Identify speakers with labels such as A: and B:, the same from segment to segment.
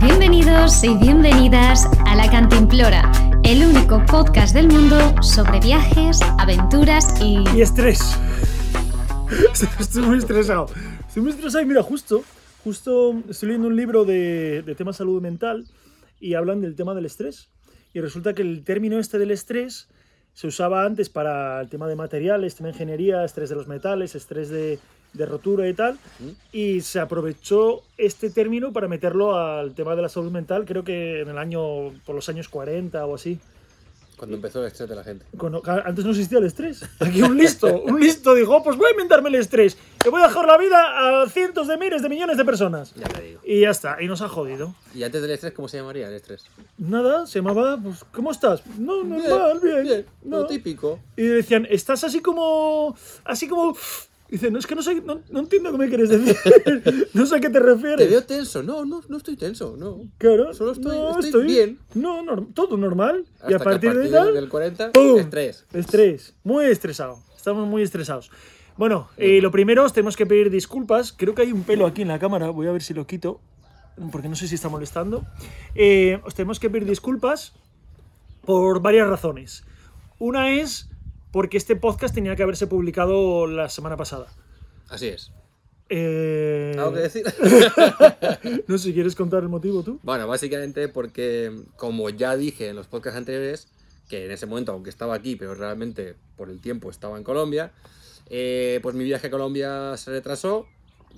A: Bienvenidos y bienvenidas a La Cantimplora, el único podcast del mundo sobre viajes, aventuras y...
B: Y estrés. Estoy muy estresado. Estoy muy estresado y mira, justo, justo estoy leyendo un libro de, de tema salud mental y hablan del tema del estrés. Y resulta que el término este del estrés se usaba antes para el tema de materiales, tema de ingeniería, estrés de los metales, estrés de, de rotura y tal. Y se aprovechó este término para meterlo al tema de la salud mental, creo que en el año, por los años 40 o así.
C: Cuando empezó el estrés de la gente.
B: Cuando- ca- antes no existía el estrés. Aquí un listo, un listo dijo, "Oh, pues voy a inventarme el estrés. Que voy a dejar la vida a cientos de miles de millones de personas.
C: Ya te digo.
B: Y ya está, y nos ha jodido.
C: ¿Y antes del estrés cómo se llamaría el estrés?
B: Nada, se llamaba, pues, ¿cómo estás? No, normal, bien. no.
C: Lo típico.
B: Y decían, estás así como. Así como. Dice, no, es que no sé, no, no entiendo qué me quieres decir. no sé a qué te refieres.
C: Te veo tenso. No, no, no estoy tenso, no.
B: Claro.
C: Solo estoy-
B: no,
C: estoy bien.
B: No, norm- todo normal.
C: Hasta
B: y
C: que
B: a partir, de
C: del-
B: tal,
C: del 40,
B: ¡pum!
C: estrés.
B: Estrés. Muy estresado. Estamos muy estresados. Bueno, eh, lo primero, os tenemos que pedir disculpas. Creo que hay un pelo aquí en la cámara. Voy a ver si lo quito. Porque no sé si está molestando. Eh, os tenemos que pedir disculpas por varias razones. Una es porque este podcast tenía que haberse publicado la semana pasada.
C: Así es.
B: Eh,
C: ¿Algo que decir?
B: no sé si quieres contar el motivo tú.
C: bueno, básicamente porque, como ya dije en los podcasts anteriores, que en ese momento, aunque estaba aquí, pero realmente por el tiempo estaba en Colombia, eh, pues mi viaje a Colombia se retrasó.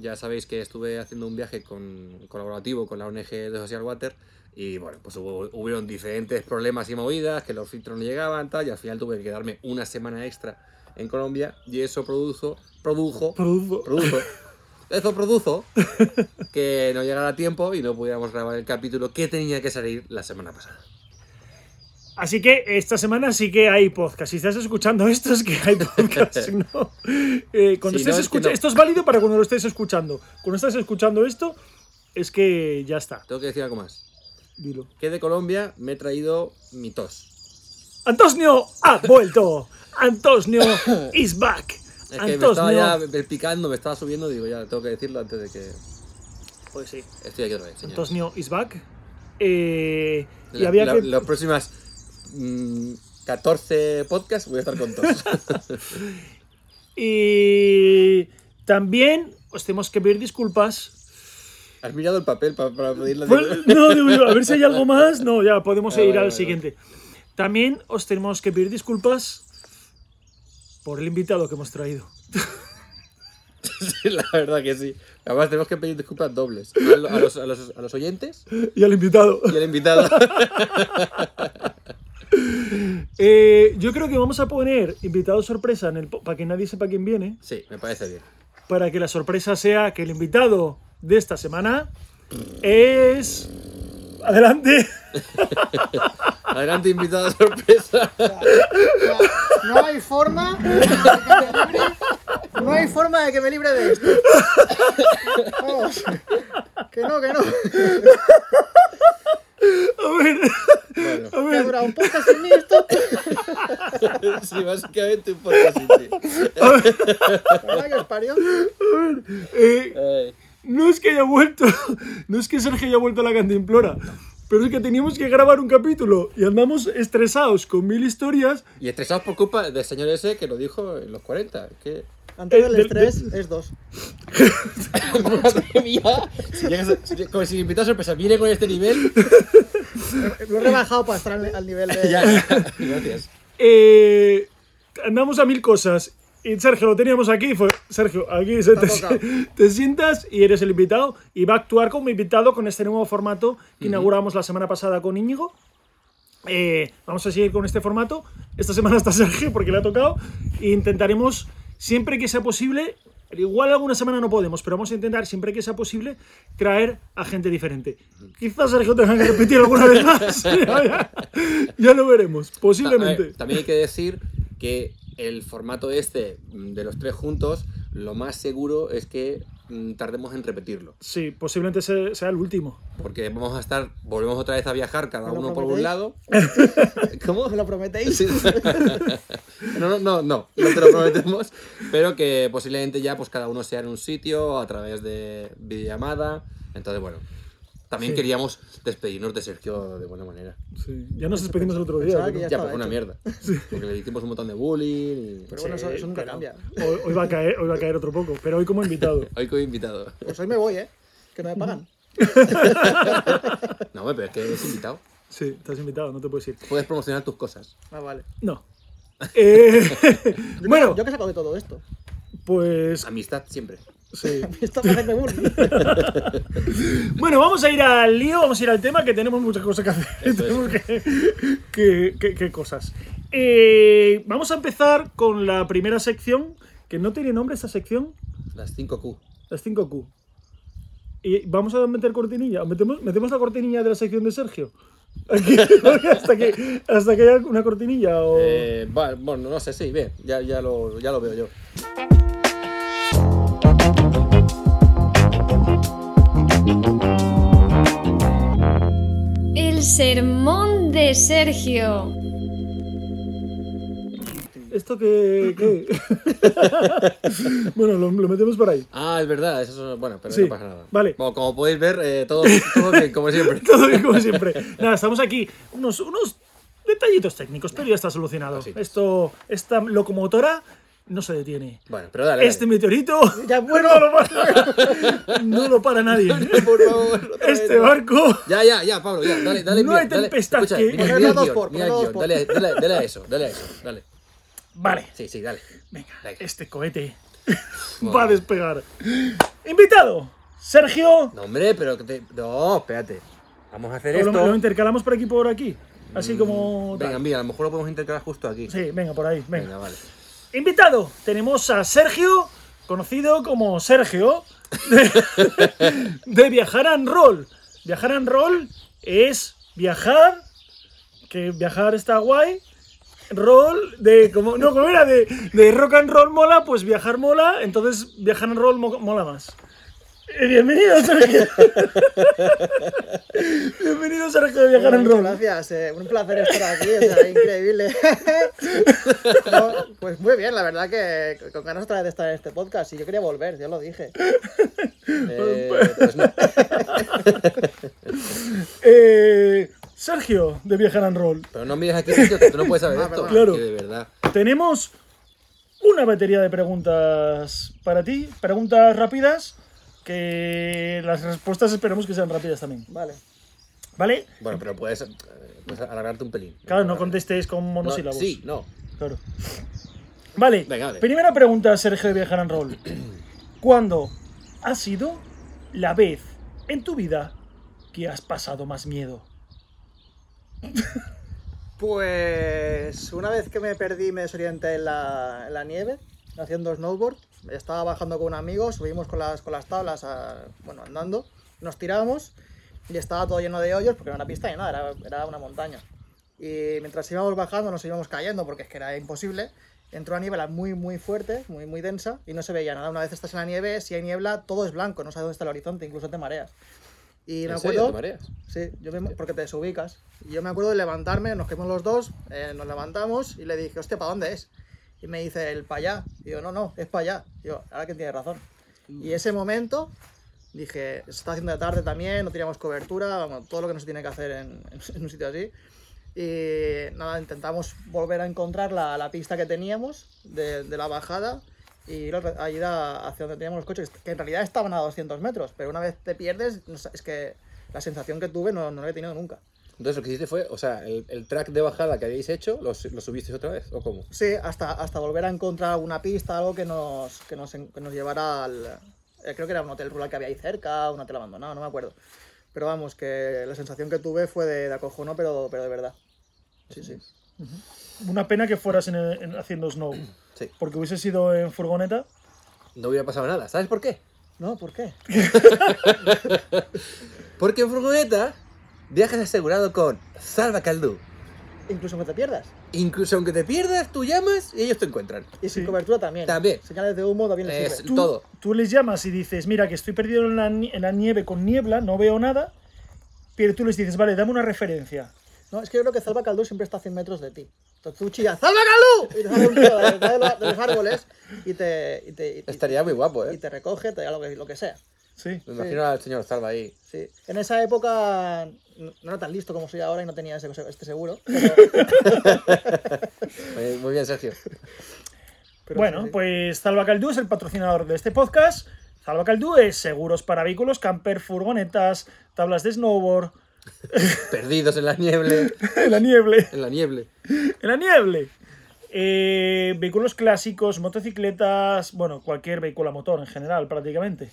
C: Ya sabéis que estuve haciendo un viaje con, colaborativo con la ONG de Social Water y bueno, pues hubo, hubieron diferentes problemas y movidas, que los filtros no llegaban, tal, y al final tuve que quedarme una semana extra en Colombia y eso produjo, produjo,
B: Produzo.
C: produjo, eso produjo que no llegara a tiempo y no pudiéramos grabar el capítulo que tenía que salir la semana pasada.
B: Así que esta semana sí que hay podcast. Si estás escuchando esto es que hay podcast. si no, eh, cuando
C: Si
B: estés
C: no, es
B: escucha-
C: que no.
B: Esto es válido para cuando lo estés escuchando. Cuando estás escuchando esto es que ya está.
C: Tengo que decir algo más.
B: Dilo.
C: Que de Colombia me he traído mi tos.
B: Antonio ha vuelto. Antonio is back.
C: Es que me estaba
B: Antonio.
C: ya me- picando, me estaba subiendo, digo, ya tengo que decirlo antes de que
B: Pues sí.
C: estoy aquí otra vez. señores.
B: Antonio is back. Eh, y
C: La-
B: había
C: la-
B: que...
C: Las próximas mm, 14 podcasts voy a estar con tos.
B: Y también os tenemos que pedir disculpas
C: Has mirado el papel pa- para, pedirle
B: Bueno, no, digo yo, a ver si hay algo más. No, ya podemos
C: Ah,
B: ir
C: vale,
B: al
C: vale,
B: siguiente. También os tenemos que pedir disculpas por el invitado que hemos traído.
C: Sí, la verdad que sí. Además tenemos que pedir disculpas dobles. A, lo- a los, a los- a los oyentes
B: Y al invitado.
C: y al invitado.
B: Eh, yo creo que vamos a poner invitado sorpresa en el po- para que nadie sepa quién viene,
C: Sí, me parece bien.
B: para que la sorpresa sea que el invitado de esta semana es. Adelante.
C: Adelante, invitado sorpresa.
D: No hay forma de que me libre. No hay forma de que me libre de esto. Vamos. Que no, que no.
B: A ver,
C: Bueno,
B: a
D: Que ha
B: ver,
D: durado un poco sin mí esto.
C: sí, básicamente un podcast así.
D: La verdad que os parió.
B: eh,
C: Eh,
B: No es que haya vuelto, no es que Sergio haya vuelto a la cantimplora, pero es que teníamos que grabar un capítulo y andamos estresados con mil historias.
C: Y estresados por culpa del señor ese que lo dijo en los 40. Que...
D: Antes del
B: Eh, de-
D: estrés es dos.
C: Madre mía. Si llegas a- si lleg- como si el invitado sorpresa viene con este nivel.
D: Lo he rebajado para estar al al nivel
C: Ya,
D: de.
C: gracias.
B: Eh, andamos a mil cosas y Sergio lo teníamos aquí y fue, Sergio, aquí se- te,
D: tocado.
B: te sientas y eres el invitado y va a actuar como invitado con este nuevo formato que inauguramos la semana pasada con Íñigo. Eh, vamos a seguir con este formato. Esta semana está Sergio porque le ha tocado. E intentaremos, siempre que sea posible, igual alguna semana no podemos, pero vamos a intentar, siempre que sea posible, traer a gente diferente. Quizás Sergio tenga que repetir alguna vez más. ya, ya lo veremos,
C: Ta- a ver,
B: posiblemente.
C: también hay que decir que el formato este mm, de los tres juntos, lo más seguro es que mm, tardemos en repetirlo.
B: Sí, posiblemente se- sea el último.
C: Porque vamos a estar, volvemos otra vez a viajar cada
D: ¿Me lo
C: uno por un
D: prometéis?
C: lado. ¿Cómo?
D: ¿Os lo prometéis?
C: Sí. No, no, no, no, no te lo prometemos, pero que posiblemente ya pues cada uno sea en un sitio a través de videollamada. Entonces, bueno, también
B: Sí.
C: queríamos despedirnos de Sergio de buena manera.
B: Sí, ya nos despedimos el otro día.
D: Pensaba que
B: pero-
C: Ya,
D: Ya
C: pues
D: estaba
C: fue una
D: hecho.
C: mierda. Porque le hicimos un montón de bullying. y-
D: Pero bueno, eso,
B: Sí,
D: eso nunca
B: pero-
D: cambia.
B: Eh, Hoy, hoy va a caer, hoy va a caer otro poco, pero hoy como invitado.
C: Hoy como invitado.
D: Pues hoy me voy, ¿eh? Que no me pagan.
C: No, hombre, pero es que es invitado.
B: Sí, estás invitado, no te puedes ir.
C: Puedes promocionar tus cosas.
D: Ah, vale.
B: No. Eh,
D: Yo qué-
B: bueno,
D: Yo que saco de todo esto.
B: pues
C: Amistad siempre.
B: sí.
D: Esto para hacerme bullying.
B: Bueno, vamos a ir al lío, vamos a ir al tema, que tenemos muchas cosas que hacer.
C: Eso
B: Tenemos que, que- que- que cosas. Eh, vamos a empezar con la primera sección, que no tiene nombre esta sección,
C: Las 5Q.
B: las 5Q. Y vamos a meter cortinilla. ¿Metemos, metemos la cortinilla de la sección de Sergio? Aquí, hasta, que, hasta que haya una cortinilla o...
C: Eh, va- bueno, no sé, sí, bien. Ya, ya, lo, ya lo veo yo.
A: El sermón de Sergio.
B: ¿Esto que bueno, lo, lo metemos por ahí.
C: Ah, es verdad, eso es bueno, pero
B: Sí,
C: no pasa nada.
B: vale.
C: Como, como podéis ver, eh, todo, todo bien, como siempre.
B: Todo bien como siempre. Nada, estamos aquí. Unos, unos detallitos técnicos, pero ya está solucionado.
C: Así.
B: Esto, esta locomotora no se detiene.
C: Bueno, pero dale. dale.
B: Este meteorito
D: Ya, bueno.
B: no lo para, no lo para nadie.
C: Por favor, otra vez,
B: Este
C: no.
B: barco...
C: Ya, ya, ya, Pablo, ya, dale, dale.
B: No
C: mira,
B: hay
C: dale.
B: tempestad
C: Escucha,
B: que-
C: mira,
D: Ponerlo
C: mira el
D: dos
C: guión,
D: por,
C: mira
D: ponerlo
C: el
D: dos
C: guión, dale, dale, dale a eso, dale a eso, dale.
B: Vale,
C: Sí, sí, dale.
B: venga,
C: Venga.
B: este cohete va a
C: Bueno.
B: despegar. Invitado, Sergio.
C: No, hombre, pero que te... No, espérate. Vamos a hacer
B: Lo,
C: esto.
B: lo intercalamos por aquí, por aquí. Así como... tal.
C: Venga, mira, a lo mejor lo podemos intercalar justo aquí.
B: Sí, venga, por ahí, venga.
C: Venga, vale. Eh,
B: Invitado, tenemos a Sergio, conocido como Sergio, de, de Viajar and Roll. Viajar and Roll es viajar, que viajar está guay. Roll de como no como era de, de rock and roll mola pues viajar mola entonces viajar and roll mo- mola más Eh, bienvenido Sergio bienvenido Sergio de viajar and
D: Muchas
B: roll
D: gracias, eh, un placer estar aquí, o sea, increíble. No, pues muy bien, la verdad que con ganas otra vez de estar en este podcast y yo quería volver, yo lo dije.
C: Eh, pues no.
B: Eh, Sergio de viajar and roll
C: Pero no mires aquí, Sergio, que tú no puedes saber esto.
D: Ah, perdón.
B: Claro.
C: Que de verdad.
B: Tenemos una batería de preguntas para ti, preguntas rápidas, que las respuestas esperemos que sean rápidas también,
D: Vale.
B: ¿vale?
C: Bueno, pero puedes, eh, puedes alargarte un pelín.
B: Claro, no contestéis con monosílabos.
C: No, sí, no.
B: Claro. Vale,
C: Venga, vale.
B: primera pregunta, Sergio de Viajar and Roll. ¿Cuándo ha sido la vez en tu vida que has pasado más miedo?
D: Pues una vez que me perdí y me desorienté en la, en la nieve, haciendo snowboard, estaba bajando con un amigo, subimos con las, con las tablas, a- bueno, andando, nos tiramos y estaba todo lleno de hoyos porque no era pista ni nada, era, era una montaña. Y mientras íbamos bajando nos íbamos cayendo porque es que era imposible. Entró una niebla muy, muy fuerte, muy, muy densa y no se veía nada. Una vez estás en la nieve, si hay niebla, todo es blanco, no sabes dónde está el horizonte, incluso te mareas. Y me
C: ¿En
D: acuerdo...
C: serio te mareas?
D: Sí, yo me- porque te desubicas. Y Yo me acuerdo de levantarme, nos quedamos los dos, eh, nos levantamos y le dije, hostia, ¿para dónde es? Y me dice, el para allá. Y yo, no, no, es para allá. Y yo, ahora que tiene razón. Y ese momento dije, se está haciendo de tarde también, no teníamos cobertura, vamos, todo lo que no se tiene que hacer en, en un sitio así. Y nada, intentamos volver a encontrar la, la pista que teníamos de, de la bajada y ir a a ir a- hacia donde teníamos los coches, que en realidad estaban a 200 metros, pero una vez te pierdes, no sé, es que la sensación que tuve no, no la he tenido nunca.
C: Entonces lo que hiciste fue, o sea, el, el track de bajada que habíais hecho, ¿lo, su- lo subisteis otra vez? ¿O cómo?
D: Sí, hasta, hasta volver a encontrar alguna pista, algo que nos, que nos, en- que nos llevara al... eh, creo que era un hotel rural que había ahí cerca, un hotel abandonado, no me acuerdo. Pero vamos, que la sensación que tuve fue de, de acojono, pero, pero de verdad. Sí, sí.
B: Una pena que fueras en- en- haciendo snow,
C: Sí.
B: porque hubiese sido en furgoneta.
C: No hubiera pasado nada. ¿Sabes por qué?
D: No, ¿por qué?
C: Porque en furgoneta viajas asegurado con Salva Caldú.
D: incluso aunque te pierdas.
C: Incluso aunque te pierdas, tú llamas y ellos te encuentran.
D: Y sin
B: Sí.
D: cobertura también.
C: También.
D: Señales de humo también les
C: Es-
D: sirve.
B: Tú,
C: todo.
B: tú les llamas y dices, mira, que estoy perdido en la, ni- en la nieve con niebla, no veo nada. Pero tú les dices, vale, dame una referencia.
D: No, es que yo creo que Salva Caldú siempre está a 100 metros de ti. Entonces tú chillas, ¡Salva Caldú! Y te sale un tío de, la- de la- de los árboles y te, y te, y- y-
C: Estaría muy guapo,
D: y
C: ¿eh?
D: te recoge, te da lo que, lo que sea.
B: Sí.
C: Me imagino al señor Salva ahí.
D: Sí. En esa época no no era tan listo como soy ahora y no tenía ese, este seguro. Pero,
C: Muy- Muy bien, Sergio.
D: pero
B: bueno,
D: sí, sí.
B: pues Salva Caldú es el patrocinador de este podcast. Salva Caldú es seguros para vehículos, camper, furgonetas, tablas de snowboard,
C: Perdidos en la niebla.
B: en la nieve,
C: En la niebla.
B: en la nieve. Eh, vehículos clásicos, motocicletas, bueno, cualquier vehículo a motor en general, prácticamente.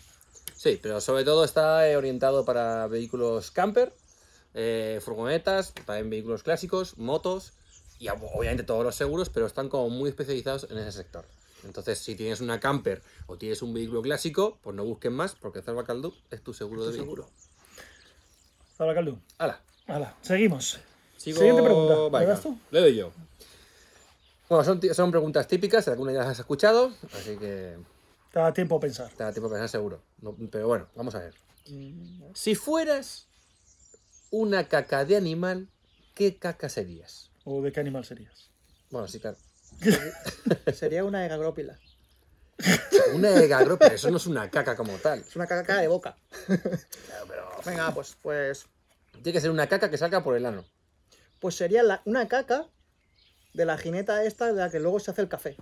C: Sí, pero sobre todo está eh, orientado para vehículos camper, eh, furgonetas, también vehículos clásicos, motos y ob- obviamente todos los seguros, pero están como muy especializados en ese sector. Entonces, si tienes una camper o tienes un vehículo clásico, pues no busques más porque Zarba Caldú es tu seguro de vehículo.
B: Salva Caldú.
C: Hala.
B: Hala, seguimos.
C: Sigo...
B: Siguiente pregunta, ¿le
C: Venga,
B: das tú?
C: Le doy yo. Bueno, son, ti- son preguntas típicas, algunas ya las has escuchado, así que
B: Te da tiempo a pensar.
C: Te da tiempo a pensar seguro. No- pero bueno, vamos a ver.
D: Mm.
C: Si fueras una caca de animal, ¿qué caca serías?
B: ¿O de qué animal serías?
C: Bueno, sí, claro.
D: Sería una egagrópila.
C: Una egagro, pero eso no es una caca como tal.
D: Es una caca de boca.
C: pero-
D: Venga, pues, pues,
C: Tiene que ser una caca que salga por el ano.
D: pues sería la- una caca de la jineta esta de la que luego se hace el café.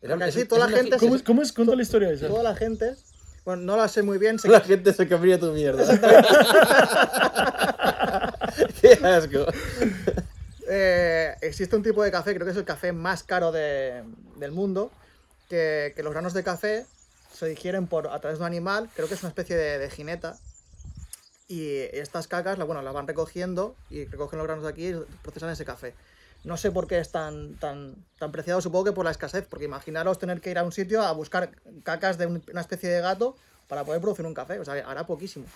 C: Era-
D: Porque
C: es-
D: así
C: es
D: toda la
C: una-
D: gente
B: ¿Cómo es, cómo es? Cuenta la historia esa.
D: Toda la gente, bueno, no la sé muy bien, sé
C: La
D: que,
C: gente se comería tu mierda. Qué asco.
D: eh, existe un tipo de café, creo que es el café más caro de- del mundo, que, que los granos de café se digieren por, a través de un animal, creo que es una especie de, de jineta. Y estas cacas, la- bueno, las van recogiendo y recogen los granos de aquí y procesan ese café. No sé por qué es tan, tan, tan preciado, supongo que por la escasez, porque imaginaros tener que ir a un sitio a buscar cacas de un- una especie de gato para poder producir un café, o sea, hará poquísimo.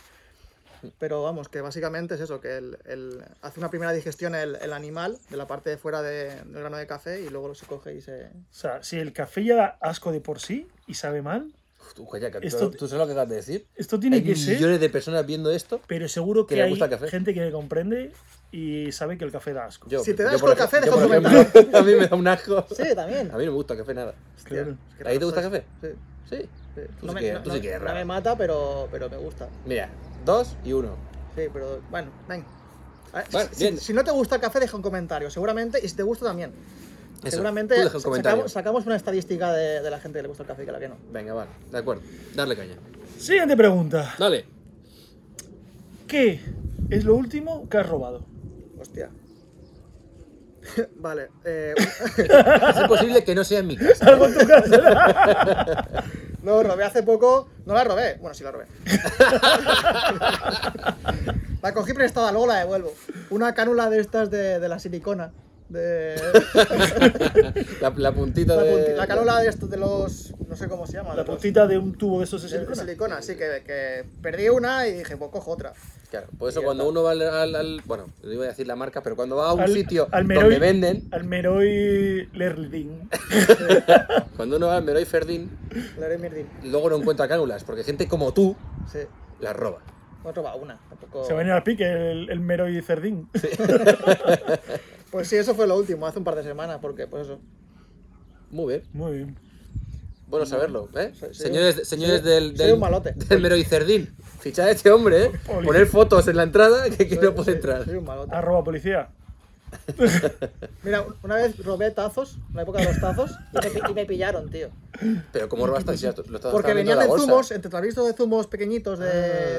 D: Pero vamos, que básicamente es eso, que el, el- hace una primera digestión el, el animal de la parte de fuera de- del grano de café y luego lo eh. se coge y se...
B: O sea, si el café ya da asco de por sí y sabe mal,
C: Uf, Tú, calla, que
B: Esto
C: tú,
B: te-
C: tú sabes lo que acabas de decir.
B: esto tiene
C: Hay
B: que ser.
C: millones de personas viendo esto.
B: Pero seguro
C: que
B: que,
C: le
B: hay
C: gusta el café.
B: gente que le comprende y sabe que el café da asco.
C: Yo,
D: Si te
C: yo
D: das
C: por
D: con
C: ej-
D: café,
C: yo,
D: deja
C: por
D: un
C: ejemplo, A mí me da un asco.
D: Sí, también.
C: A mí no me gusta el café nada.
D: Hostia,
B: Claro.
D: es que
C: ¿A ti te
D: raro pues.
C: gusta el
D: soy.
C: café?
D: Sí,
C: Sí.
D: sí.
C: Tú
D: no
C: sí
D: me,
C: que-
D: no-
C: tú
D: no-
C: sí que eres
D: no
C: raro.
D: me mata, pero, pero me gusta.
C: Mira, dos y uno.
D: Sí, pero bueno, venga. A ver,
C: Vale,
D: si-
C: bien.
D: si, si no te gusta el café, deja un comentario, seguramente. Y si te gusta también.
C: Eso,
D: seguramente
C: tú deja un
D: sa-
C: comentario.
D: sacamos, sacamos una estadística de, de la gente que le gusta el café y que la que no.
C: Venga, vale, de acuerdo. Darle caña.
B: Siguiente pregunta.
C: Dale.
B: ¿Qué es lo último que has robado?
D: Hostia. vale. eh,
C: Es imposible que no sea en mi casa.
B: Algo en tu casa.
D: No, robé hace poco. No la robé. Bueno, sí la robé. la cogí prestada, luego la devuelvo. Una cánula de estas de, de la silicona. De.
C: La, la puntita
D: La,
C: de.
D: punti- la cánula de estos de los. No sé cómo se llama.
B: La
C: pues,
D: de los-
B: puntita de un tubo de esos de
D: de- de
B: silicona.
D: silicona. sí, que, que perdí una y dije, pues cojo otra.
C: Claro, por eso cuando uno va al, al- al- Bueno, le iba a decir la marca, pero cuando va a un
B: Al-
C: sitio
B: al Meroy-
C: donde venden.
B: Al Meroy Lerling.
C: Cuando uno va al Meroy Ferdín,
D: Le haré mirdín.
C: luego no encuentra cánulas, porque gente como tú
D: Sí.
C: las roba.
D: No roba una.
C: Oh.
D: Tampoco...
B: Se va a venir al pique el, el Meroy Cerdín.
D: Pues sí, eso fue lo último, hace un par de semanas, porque pues eso.
C: Muy bien.
B: Muy bien.
C: Bueno saberlo, ¿eh?
D: Soy- soy
C: señores
D: un-
C: señores
D: soy-
C: del,
D: soy
C: del,
D: un malote.
C: del Meroy Ferdín. Fichad a este hombre, ¿eh?
B: Poli.
C: Poner fotos en la entrada que, que
D: Soy-
C: no puede
D: soy-
C: entrar.
D: soy un malote.
B: Arroba policía.
D: Mira, una vez robé tazos, en la época de los tazos, y me, pi- y me pillaron, tío.
C: Pero ¿cómo robas tan si ya lo estás
D: Porque
C: dejando en
D: venían
C: la
D: en
C: bolsa?
D: zumos, entre travistos de zumos pequeñitos de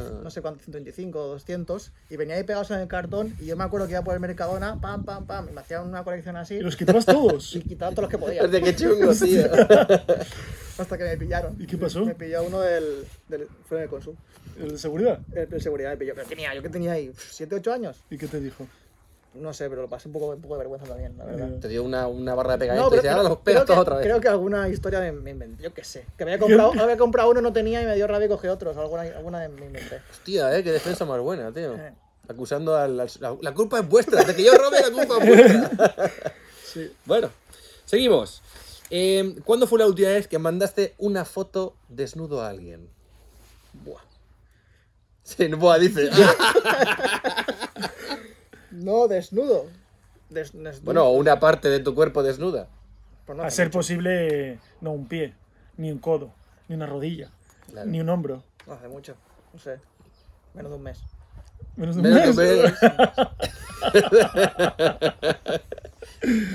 C: Ah.
D: no sé cuánto, 125 o 200, y venía ahí pegados en el cartón. Y yo me acuerdo que iba por el Mercadona, pam, pam, pam, y me hacían una colección así,
B: Y los quitabas todos.
D: y quitaba todos los que podía,
C: Hostia, qué chungo, tío.
D: hasta que me pillaron.
B: ¿Y qué pasó?
D: Me pilló uno del. del fuera de consumo.
B: El de seguridad.
D: El de seguridad me pilló. ¿Qué tenía? ¿Yo que tenía ahí? ¿7, 8 años?
B: ¿Y qué te dijo?
D: No sé, pero lo pasé un poco, un poco de vergüenza también, la
B: Mm.
D: verdad.
C: Te dio una, una barra de pegamento
D: No,
C: y
D: pero,
C: dice, ahora los
D: creo
C: pegas todos
D: que,
C: otra vez.
D: creo que alguna historia me, me inventé, yo qué sé. Que había comprado, había comprado uno, no tenía y me dio rabia y cogí otros. Alguna, alguna me inventé.
C: Hostia, eh, qué defensa más buena, tío.
D: Eh,
C: acusando al. al- la, la culpa es vuestra, de que yo robe la culpa es vuestra. Bueno, seguimos. Eh, ¿Cuándo fue la última vez que mandaste una foto desnudo a alguien? Buah. Sí, no, buah, dice. "Ah".
D: No, desnudo. Des- desnudo.
C: bueno, o una parte de tu cuerpo desnuda.
D: Pues no,
B: A ser posible, no un pie, ni un codo, ni una rodilla,
C: Claro.
B: ni un hombro.
D: no hace mucho. No sé. Menos de un mes.
B: Menos de un mes.
C: Menos de-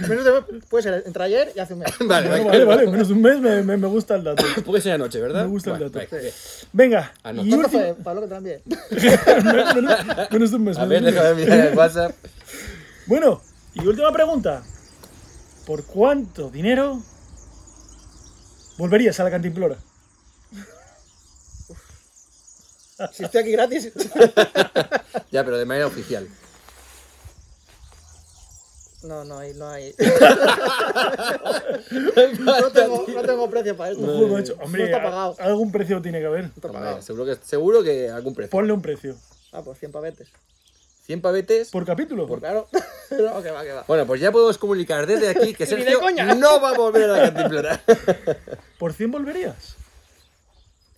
D: Menos de un mes. Puede ser entre ayer y hace un mes.
C: Vale,
B: Bueno, vale,
C: venga.
B: vale, menos de un mes me, me- me gusta el dato.
C: Puede ser anoche, ¿verdad?
B: Me gusta el dato.
C: venga, bien.
B: Venga,
C: Anoche.
B: y
D: ¿Cuánto
B: último.
D: fue, Pablo, que te lo envié?
B: menos, menos de un mes.
C: A
B: menos de
C: ver,
B: un mes.
C: déjame mirar el WhatsApp.
B: Bueno, y última pregunta. ¿Por cuánto dinero volverías a la cantimplora?
D: Si estoy aquí gratis.
C: Ya, pero de manera oficial.
D: No, no hay. No, hay. no,
C: Falta,
D: tengo, no tengo precio para esto.
B: Uy, macho, Hombre,
D: no está
B: a-
D: pagado.
B: algún precio tiene que haber.
D: No está
C: Hombre,
D: pagado.
C: seguro, que, seguro que algún precio.
B: Ponle un precio.
D: Ah, pues 100 pavetes.
C: 100 pavetes.
B: ¿Por capítulo?
D: Pues claro. no, que va, que va.
C: Bueno, pues ya podemos comunicar desde aquí que
D: Ni de
C: Sergio
D: coña.
C: no va a volver a la cantimplora.
B: ¿Por 100 volverías?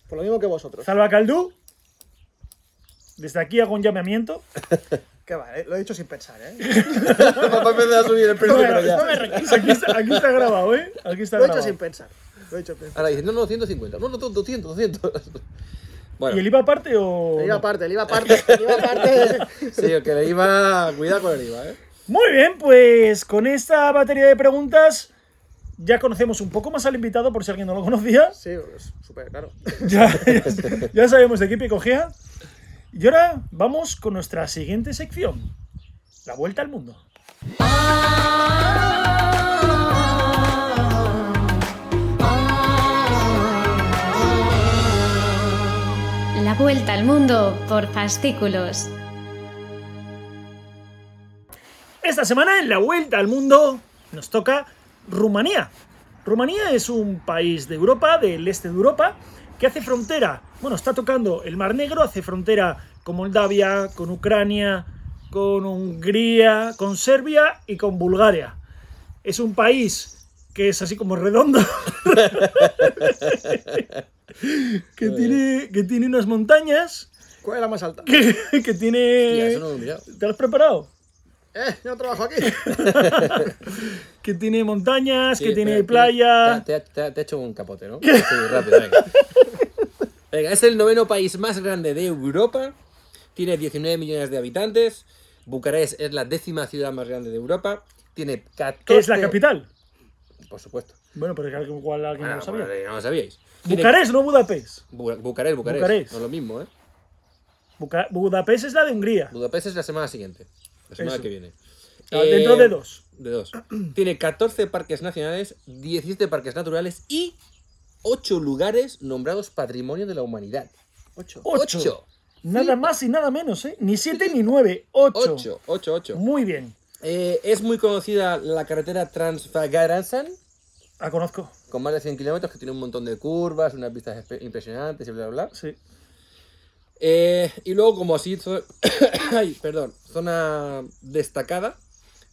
D: Por lo mismo que vosotros.
B: Salva Caldú. Desde aquí hago un llamamiento.
D: Que va, eh, lo he dicho sin pensar, ¿eh?
C: Va a empezar a subir el precio, pero ya.
B: aquí, está, aquí está grabado, ¿eh? Aquí está
D: Lo he hecho
B: grabado.
D: sin pensar. Lo he hecho sin pensar.
C: Ahora dice, no, no, 150. No, no, 200, 200.
B: ¿Y el
C: Bueno,
B: IVA aparte o.?
D: El
B: no?
D: IVA aparte, el IVA aparte, el IVA aparte.
C: sí, el que le iba. Cuidado con el IVA, ¿eh?
B: Muy bien, pues con esta batería de preguntas ya conocemos un poco más al invitado por si alguien no lo conocía.
D: Sí, pues, súper claro.
B: Ya, ya- ya sabemos de qué pie cogía. Y ahora vamos con nuestra siguiente sección. La vuelta al mundo.
A: La vuelta al mundo por fascículos.
B: Esta semana en la vuelta al mundo nos toca Rumanía. Rumanía es un país de Europa, del este de Europa, que hace frontera, bueno, está tocando el Mar Negro, hace frontera con Moldavia, con Ucrania, con Hungría, con Serbia y con Bulgaria. Es un país que es así como redondo. que, tiene, que tiene unas montañas,
D: ¿Cuál es la más alta?
B: que, que
C: Hostia,
B: tiene...
C: eso no lo he mirado.
B: ¿Te lo has preparado?
D: Eh, yo no trabajo aquí.
B: que tiene montañas,
C: Sí,
B: que tiene
C: espera,
B: playa.
C: Te, te- te- te he hecho un capote, ¿no? Sí, rápido, venga. Venga, es el noveno país más grande de Europa. Tiene 19 millones de habitantes. Bucarest es la décima ciudad más grande de Europa. Tiene 14.
B: que es la capital.
C: Por supuesto.
B: Bueno, pero que igual alguien no
C: Bueno,
B: lo sabía.
C: pues, no lo sabíais. Tiene-
B: Bucarest, no Budapest.
C: Bu- Bucarest, Bucarest.
B: Bucarest.
C: No es lo mismo, ¿eh?
B: Buca- Budapest es la de Hungría.
C: Budapest es la semana siguiente. La semana
B: Eso.
C: que viene. Eh,
B: Ah, dentro de dos.
C: De dos. Tiene 14 parques nacionales, 17 parques naturales y 8 lugares nombrados Patrimonio de la Humanidad.
D: Ocho.
B: Ocho.
C: Ocho.
B: Nada más y nada menos, ¿eh? Ni siete ni nueve. Ocho.
C: 8, 8, 8.
B: Muy bien.
C: Eh, es muy conocida la carretera Transfagaransan,
B: La conozco.
C: con más de 100 kilómetros, que tiene un montón de curvas, unas vistas espe- impresionantes y bla, bla, bla.
B: Sí.
C: Eh, y luego, como así, zo- Ay, perdón, zona destacada,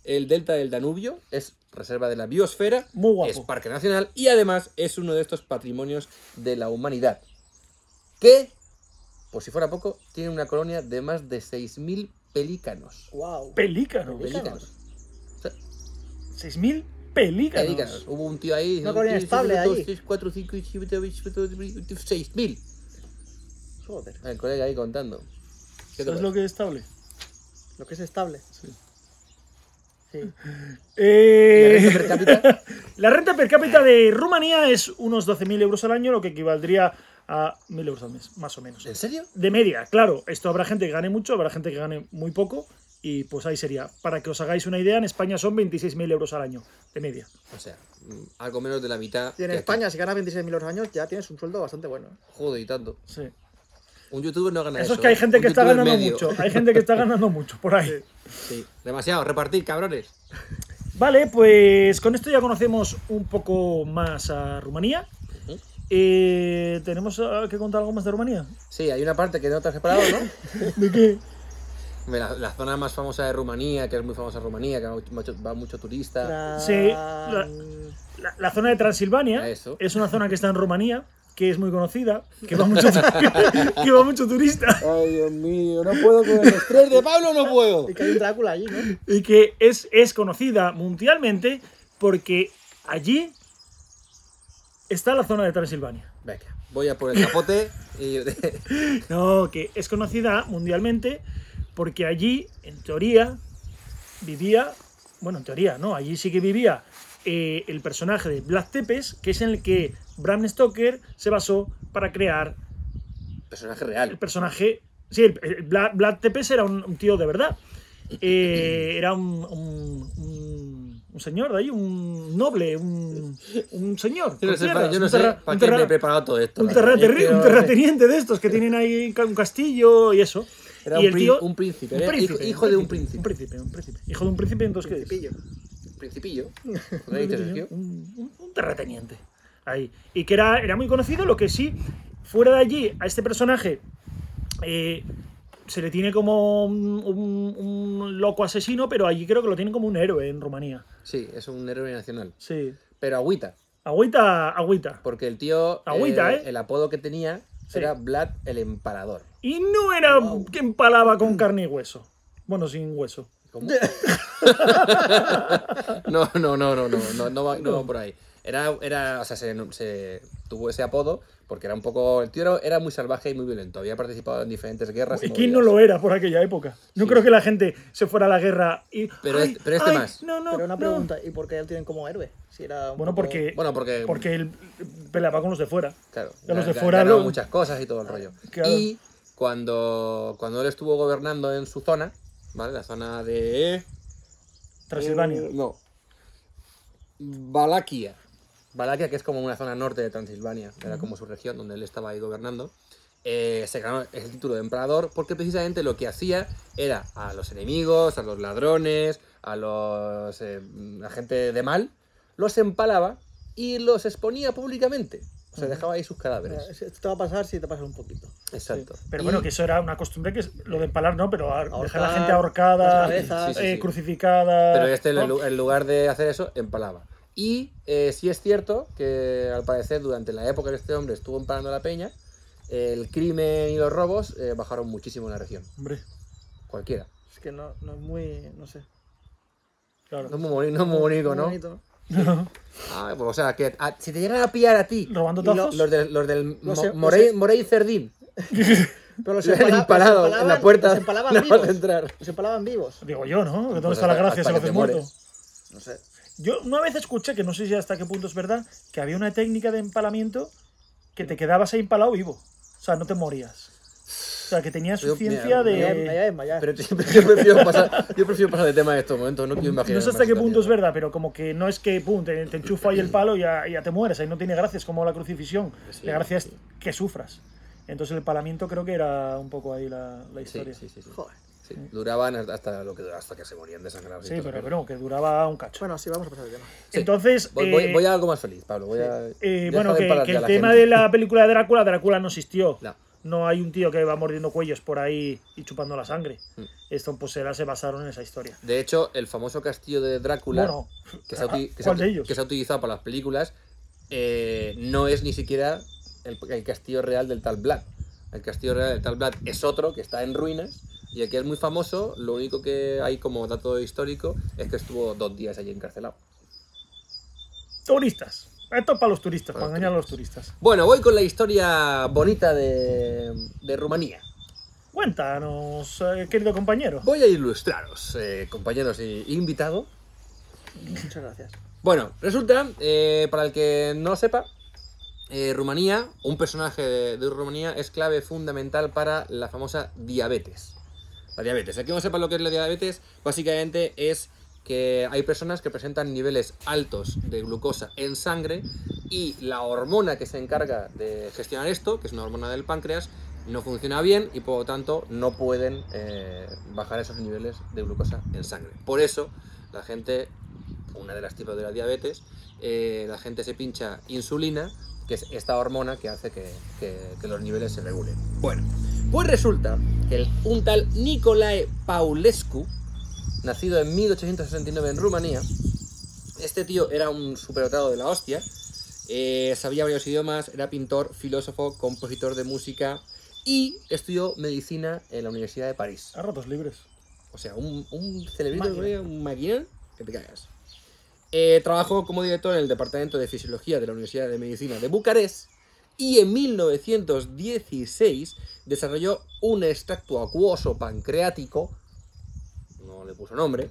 C: el delta del Danubio es reserva de la biosfera,
B: Muy guapo.
C: es parque nacional y además es uno de estos patrimonios de la humanidad. Que, por si fuera poco, tiene una colonia de más de 6.000 pelícanos.
D: Wow.
B: Pelícanos.
C: Pelícanos.
B: 6.000 pelícanos.
C: Pelícanos. Hubo un tío ahí.
D: Una colonia estable ahí.
C: 4, 5, 6.000.
D: Joder.
C: El colega ahí contando. ¿Qué te
B: ¿Sabes
C: parece?
B: lo que es estable?
D: Lo que es estable. Sí. Sí.
B: Eh,
C: ¿La renta per cápita?
B: la renta per cápita de Rumanía es unos 12.000 euros al año, lo que equivaldría a 1.000 euros al mes, más o menos.
C: ¿En serio?
B: De media, claro, esto habrá gente que gane mucho, habrá gente que gane muy poco, y pues ahí sería. Para que os hagáis una idea, en España son 26.000 euros al año, de media.
C: O sea, mm, algo menos de la mitad.
D: Y en
C: que aquí.
D: España, si ganas 26.000 euros al año, ya tienes un sueldo bastante bueno. ¿eh?
C: Joder, y tanto.
B: Sí. Eso,
C: Un youtuber no gana eso.
B: es que hay
C: ¿eh?
B: gente
C: Un
B: que está
C: youtuber
B: ganando
C: medio.
B: mucho, hay gente que está ganando mucho por ahí.
C: Sí, demasiado. Repartir, cabrones.
B: Vale, pues con esto ya conocemos un poco más a Rumanía.
C: Ujú.
B: Eh, ¿Tenemos ah, que contar algo más de Rumanía?
C: Sí, hay una parte que no te has separado, ¿no?
B: ¿De qué?
C: La, la zona más famosa de Rumanía, que es muy famosa Rumanía, que va mucho, va mucho turista.
B: Sí,
D: Tran-
B: La, la zona de Transilvania
C: Eso.
B: es una zona que está en Rumanía, que es muy conocida, que va mucho, que va mucho turista
C: Ay, Dios mío, no puedo con el estrés de Pablo, no puedo.
D: Y que hay un Drácula allí, ¿no?
B: y que es, es conocida mundialmente porque allí está la zona de Transilvania.
C: Venga, voy a por el capote y
B: No, que es conocida mundialmente porque allí, en teoría, vivía, bueno, en teoría, ¿no? Allí sí que vivía eh, el personaje de Black Tepes, que es en el que Bram Stoker se basó para crear
C: personaje
B: el
C: real.
B: personaje. Sí, el, el Bla- Vlad Tepes era un, un tío de verdad. Eh, era un, un- un- un señor de ahí, un noble, un, un señor.
C: Pues Yo no
B: con tierras,
C: sé, pa- yo no
B: un
C: sé
B: terra-
C: para
B: un
C: qué me
B: terra-
C: he preparado todo esto.
B: un
C: la verdad.
B: terraterri-
C: Es que
B: un terrateniente de estos que tienen ahí ca- un castillo y eso.
C: Era
B: y
C: un,
B: el
C: prín-
B: tío.
C: un príncipe,
B: un
C: era
B: príncipe,
C: hijo, hijo de un
B: Un
C: príncipe.
B: príncipe, un príncipe. Hijo de un príncipe, entonces ¿qué es?
D: Principillo.
C: Principillo.
B: Un,
C: ¿Lo dices,
B: príncipe,
C: Sergio?
B: un- un- un terrateniente. Ahí. Y que era, era muy conocido, lo que sí, fuera de allí, a este personaje eh, se le tiene como un, un- un loco asesino, pero allí creo que lo tienen como un héroe en Rumanía.
C: Sí, es un héroe nacional.
B: Sí.
C: Pero agüita,
B: Agüita, agüita.
C: porque el tío.
B: Agüita, ¿eh?
C: El apodo que tenía
B: Sí.
C: era Vlad el Empalador.
B: Y no era que empalaba con carne y hueso. Bueno, sin hueso.
C: ¿Cómo? no, no, no, no, no, no, no va, no va por ahí. Era, era, o sea, se, se tuvo ese apodo porque era un poco. El tío era, era muy salvaje y muy violento. Había participado en diferentes guerras.
B: ¿Y quién no lo era por aquella época? No creo que la gente se fuera a la guerra y.
C: Pero este- pero este más.
B: No, no,
D: Pero una
B: no.
D: pregunta, ¿y por qué él tienen como héroe? Si era un
B: Bueno,
D: poco-
B: porque.
C: Bueno, em. porque.
B: Porque él peleaba con los de fuera.
C: claro,
B: de los
C: ga-
B: de
C: ga-
B: fuera,
C: ganó
B: lo-
C: muchas cosas y todo el rollo.
B: Claro.
C: Y cuando, cuando él estuvo gobernando en su zona, ¿vale? La zona de.
B: Transilvania.
C: Eh, no. Valaquia. Valaquia, que es como una zona norte de Transilvania, era como su región donde él estaba ahí gobernando. eh, se ganó el título de emperador porque precisamente lo que hacía era a los enemigos, a los ladrones, a los eh, la gente de mal, los empalaba y los exponía públicamente. O sea, dejaba ahí sus
D: Mira,
C: cadáveres.
D: Esto te va a pasar si te pasas un poquito.
C: Exacto.
B: Pero
C: Y-
B: bueno, que eso era una costumbre que es lo de empalar, ¿no? Pero a- dejar a la
D: Ahorcar,
B: gente
D: las
B: ahorcada,
D: cabezas.
C: Sí, sí,
B: eh,
C: sí.
B: crucificada.
C: Pero este, en
B: Eh, ¿no?
C: lu- en lugar de hacer eso, empalaba. Y eh, sí es cierto que, al parecer, durante la época que este hombre estuvo empalando a la peña, el crimen y los robos eh, bajaron muchísimo en la región.
B: Hombre,
C: Cualquiera.
D: Es que no, no es muy. No sé.
B: claro.
C: No es muy bonito, no es muy bonito, ¿no?
D: bonito,
C: Ah, pues, o sea, que a- si te llegan a pillar a ti,
B: Robando
C: y lo-
B: tazos.
C: los, del- los del
D: Los
C: Mo-
D: em- los
C: Morey,
D: em-
C: Morey Cerdín,
D: Pero
B: Pues
D: los
C: le han
D: empala- los
C: empalado en
D: empalaban-
C: la puerta,
D: Los
C: no
D: empalaban
C: vas a
D: vivos.
C: entrar.
D: Los empalaban vivos.
B: Digo yo, ¿no? ¿Dónde
C: Pues
B: está la
C: hasta-
B: gracia
C: hasta
B: si lo
C: que te
B: haces muerto?
C: mueres.
D: No sé.
B: Yo una vez escuché, que no sé si hasta qué punto es verdad, que había una técnica de empalamiento que te quedabas ahí empalado vivo. O sea, no te morías. O sea, que tenías
C: Yo-
B: ciencia
C: mira,
D: Allá, allá
B: de...
D: es, allá es.
C: Pero yo prefiero, pasar, yo prefiero pasar de tema en estos momentos, no quiero imaginar.
B: No sé hasta qué punto es verdad, pero como que no es que pum, te, te enchufa ahí el palo y ya, ya te mueres. Ahí no tiene gracia, es como la crucifixión.
C: Eh, Sí,
B: la gracia es
C: sí.
B: que sufras. Entonces el palamiento creo que era un poco ahí la, la historia.
C: Sí, sí, sí, sí.
D: Joder.
C: Sí, Duraban hasta lo que hasta que se morían desangrados. y
B: Sí,
C: todo
B: pero,
C: eso.
B: pero que duraba un cacho.
D: Bueno, sí, vamos a pasar el tema.
C: Sí.
B: Entonces,
C: Voy, voy-
B: eh,
C: voy a algo más feliz, Pablo. Voy a,
B: eh,
C: deja
B: bueno,
C: de
B: que,
C: empalar
B: que
C: ya a
B: el
C: la
B: tema
C: gente.
B: de la película de Drácula, Drácula no existió.
C: No.
B: No hay un tío que va mordiendo cuellos por ahí y chupando la sangre.
C: Mm.
B: Esto pues era- se basaron en esa historia.
C: De hecho, el famoso castillo de Drácula,
B: Bueno,
C: que, se ha, uti- que se ha
B: ¿cuál de
C: uti-
B: ellos?
C: que se ha utilizado para las películas, eh, no es ni siquiera el, el castillo real del tal Vlad. El castillo real del tal Vlad es otro que está en ruinas y el que es muy famoso, lo único que hay como dato histórico es que estuvo dos días allí encarcelado.
B: Turistas. Esto es para los turistas,
C: Para
B: para,
C: los
B: engañar a los turistas.
C: Bueno, voy con la historia bonita de, de Rumanía.
B: Cuéntanos, eh, querido compañero.
C: Voy a ilustraros, eh, compañeros e invitado.
D: Muchas gracias.
C: Bueno, resulta, eh, para el que no lo sepa, eh, Rumanía, un personaje de, de Rumanía es clave fundamental para la famosa diabetes. La diabetes, el que no sepa lo que es la diabetes, básicamente es que hay personas que presentan niveles altos de glucosa en sangre y la hormona que se encarga de gestionar esto, que es una hormona del páncreas, no funciona bien y por lo tanto no pueden eh, bajar esos niveles de glucosa en sangre. Por eso la gente una de las tipos de la diabetes, eh, la gente se pincha insulina, que es esta hormona que hace que, que- que los niveles se regulen. Bueno, Pues resulta que el, un tal Nicolae Paulescu, nacido en 1869 en Rumanía, este tío era un superdotado de la hostia, eh, sabía varios idiomas, era pintor, filósofo, compositor de música y estudió medicina en la Universidad de París.
B: A ratos libres.
C: O sea, un, un cerebrito,
D: Máquina.
C: güey, un máquina que te cagas. Eh, trabajó como director en el Departamento de Fisiología de la Universidad de Medicina de Bucarest y en 1916 desarrolló un extracto acuoso pancreático, no le puso nombre,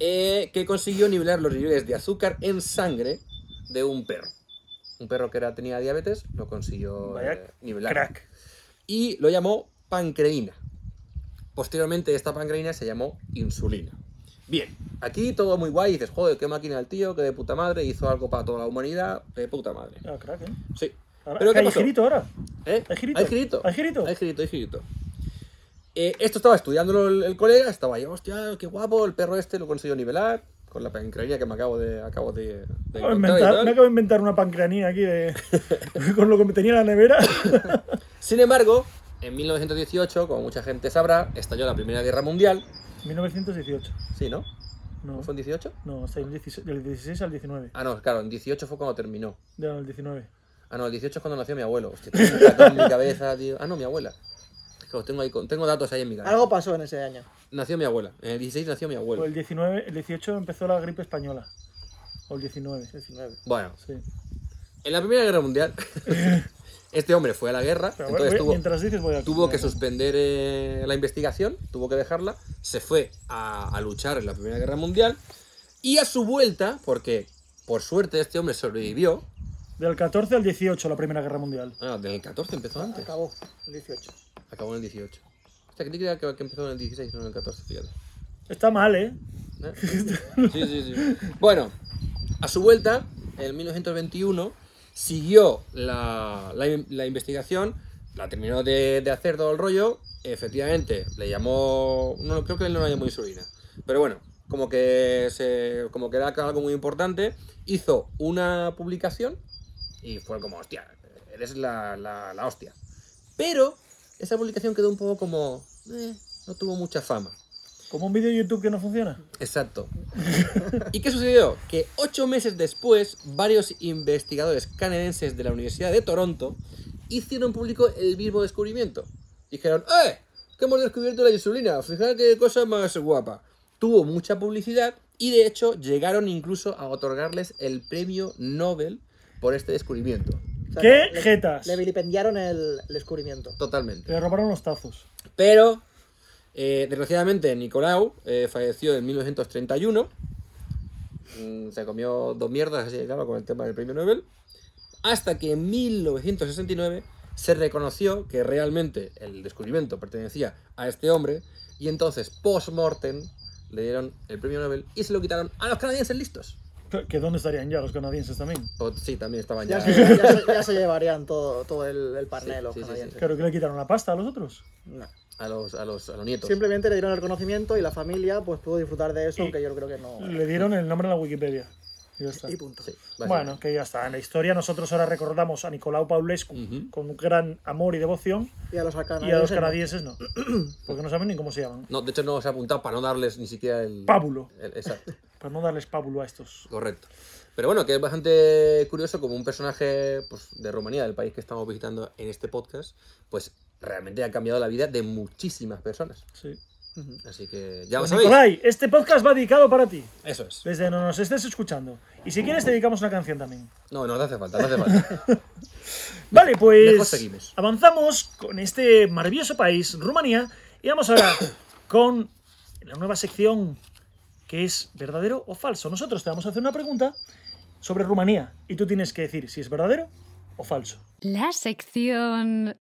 C: eh, que consiguió nivelar los niveles de azúcar en sangre de un perro. Un perro que era, tenía diabetes lo consiguió
B: Vaya
C: eh, nivelar
B: Crack.
C: y lo llamó pancreína. Posteriormente esta pancreína se llamó insulina. Bien, aquí todo muy guay, dices, joder, qué máquina el tío, que de puta madre, hizo algo para toda la humanidad, de puta madre.
B: Ah, crack, ¿eh?
C: Sí.
B: Ahora,
C: Pero ¿qué
B: hay
C: pasó?
B: girito ahora.
C: ¿Eh?
B: ¿Hay girito?
C: Hay girito.
B: ¿Hay girito?
C: Hay girito, hay girito. Eh, esto estaba estudiándolo el, el colega, estaba ahí, hostia, qué guapo, el perro este lo consiguió nivelar con la pancreína que me acabo de, acabo de, de
B: Acabo de
C: encontrar y
B: Ah, inventar-
C: tal".
B: me acabo de inventar una pancranía aquí de, con lo que me tenía en la nevera.
C: Sin embargo, en 1918, como mucha gente sabrá, estalló la Primera Guerra Mundial.
B: 1918.
C: Sí, ¿no?
B: No,
C: ¿No fue en 18?
B: no hasta el 16, del 16 al 19.
C: Ah, no, claro, en 18 fue cuando terminó.
B: Ya, no, el 19.
C: Ah, no, el 18 es cuando nació mi abuelo. Hostia, tengo un dato en mi cabeza, tío. Ah, no, mi abuela. Es que los tengo, ahí, con- tengo datos ahí en mi cabeza.
D: Algo pasó en ese año.
C: Nació mi abuela. En el 16 nació mi
B: O Pues el
C: abuelo.
B: 19, el 18 empezó la gripe española. O el 19,
D: 19.
C: Bueno,
B: sí.
C: en la Primera Guerra Mundial, este hombre fue a la guerra,
B: Pero bueno,
C: entonces
B: voy-
C: tuvo,
B: mientras dices voy a...
C: tuvo que suspender eh, la investigación, tuvo que dejarla, se fue a, a luchar en la Primera Guerra Mundial y a su vuelta, porque por suerte este hombre sobrevivió,
B: Del 14 al 18 la Primera Guerra Mundial.
C: ah, del 14 empezó antes.
D: Acabó el 18.
C: Acabó en el 18. O sea, que te creía que que empezó en el 16, no en el 14, fíjate.
B: Está mal, ¿eh?
C: ¿Eh? Sí, sí, sí. Bueno, a su vuelta, en 1921, siguió la, la in- la investigación, la terminó de, de hacer todo el rollo, efectivamente, le llamó, no, creo que él no la llamó insulina, pero bueno, como que, se, como que era algo muy importante, hizo una publicación y fue como, hostia, eres la, la, la hostia. Pero esa publicación quedó un poco como, eh, no tuvo mucha fama.
B: Como un vídeo de YouTube que no funciona.
C: Exacto. ¿Y qué sucedió? Que ocho meses después, varios investigadores canadienses de la Universidad de Toronto hicieron público el mismo descubrimiento. Dijeron, ¡eh! Que hemos descubierto la insulina. Fijaros qué cosa más guapa. Tuvo mucha publicidad y de hecho llegaron incluso a otorgarles el premio Nobel por este descubrimiento.
D: O sea,
B: ¡Qué
D: le-
B: jetas!
D: Le vilipendiaron el, el descubrimiento.
C: Totalmente.
B: Le robaron los tazos.
C: Pero, eh, desgraciadamente, Nicolau eh, falleció en 1931. Mm, se comió dos mierdas, así que claro, con el tema del premio Nobel. Hasta que en 1969 se reconoció que realmente el descubrimiento pertenecía a este hombre. Y entonces, post-mortem, le dieron el premio Nobel y se lo quitaron a los canadienses listos.
B: ¿Que dónde estarían ya los canadienses también?
C: O, sí, también estaban ya.
D: Ya se, ya se- ya se llevarían todo, todo el, el
C: Sí,
D: panel los
C: sí, sí,
D: canadienses.
B: Claro que le quitaron la pasta a los otros.
D: No.
C: A los, a los, a los nietos.
D: Simplemente le dieron el conocimiento y la familia pues pudo disfrutar de eso, aunque yo creo que no.
B: Le dieron el nombre en la Wikipedia. Y ya está.
D: Y punto.
C: Sí,
B: Bueno, que ya está. En la historia nosotros ahora recordamos a Nicolau Paulescu
C: Ujú.
B: con un gran amor y devoción
D: Y a los
B: y a los
D: canadienses. no.
B: canadienses no. Porque no saben ni cómo se llaman.
C: No, de hecho no os he apuntado para no darles ni siquiera el...
B: Pábulo.
C: el- exacto.
B: Para no darles pábulo a estos.
C: Correcto. Pero bueno, que es bastante curioso como un personaje pues, de Rumanía, del país que estamos visitando en este podcast, pues realmente ha cambiado la vida de muchísimas personas.
B: Sí.
D: Ujú.
C: Así que ya lo
B: Pues,
C: sabéis.
B: Nicolai, este podcast va dedicado para ti.
C: Eso es.
B: Desde donde nos estés escuchando. Y si quieres, te dedicamos una canción también.
C: No, no te hace falta, no hace falta.
B: Vale,
C: Mejor
B: pues
C: seguimos.
B: avanzamos con este maravilloso país, Rumanía, y vamos ahora con la nueva sección que es verdadero o falso. Nosotros te vamos a hacer una pregunta sobre Rumanía y tú tienes que decir si es verdadero o falso.
A: La sección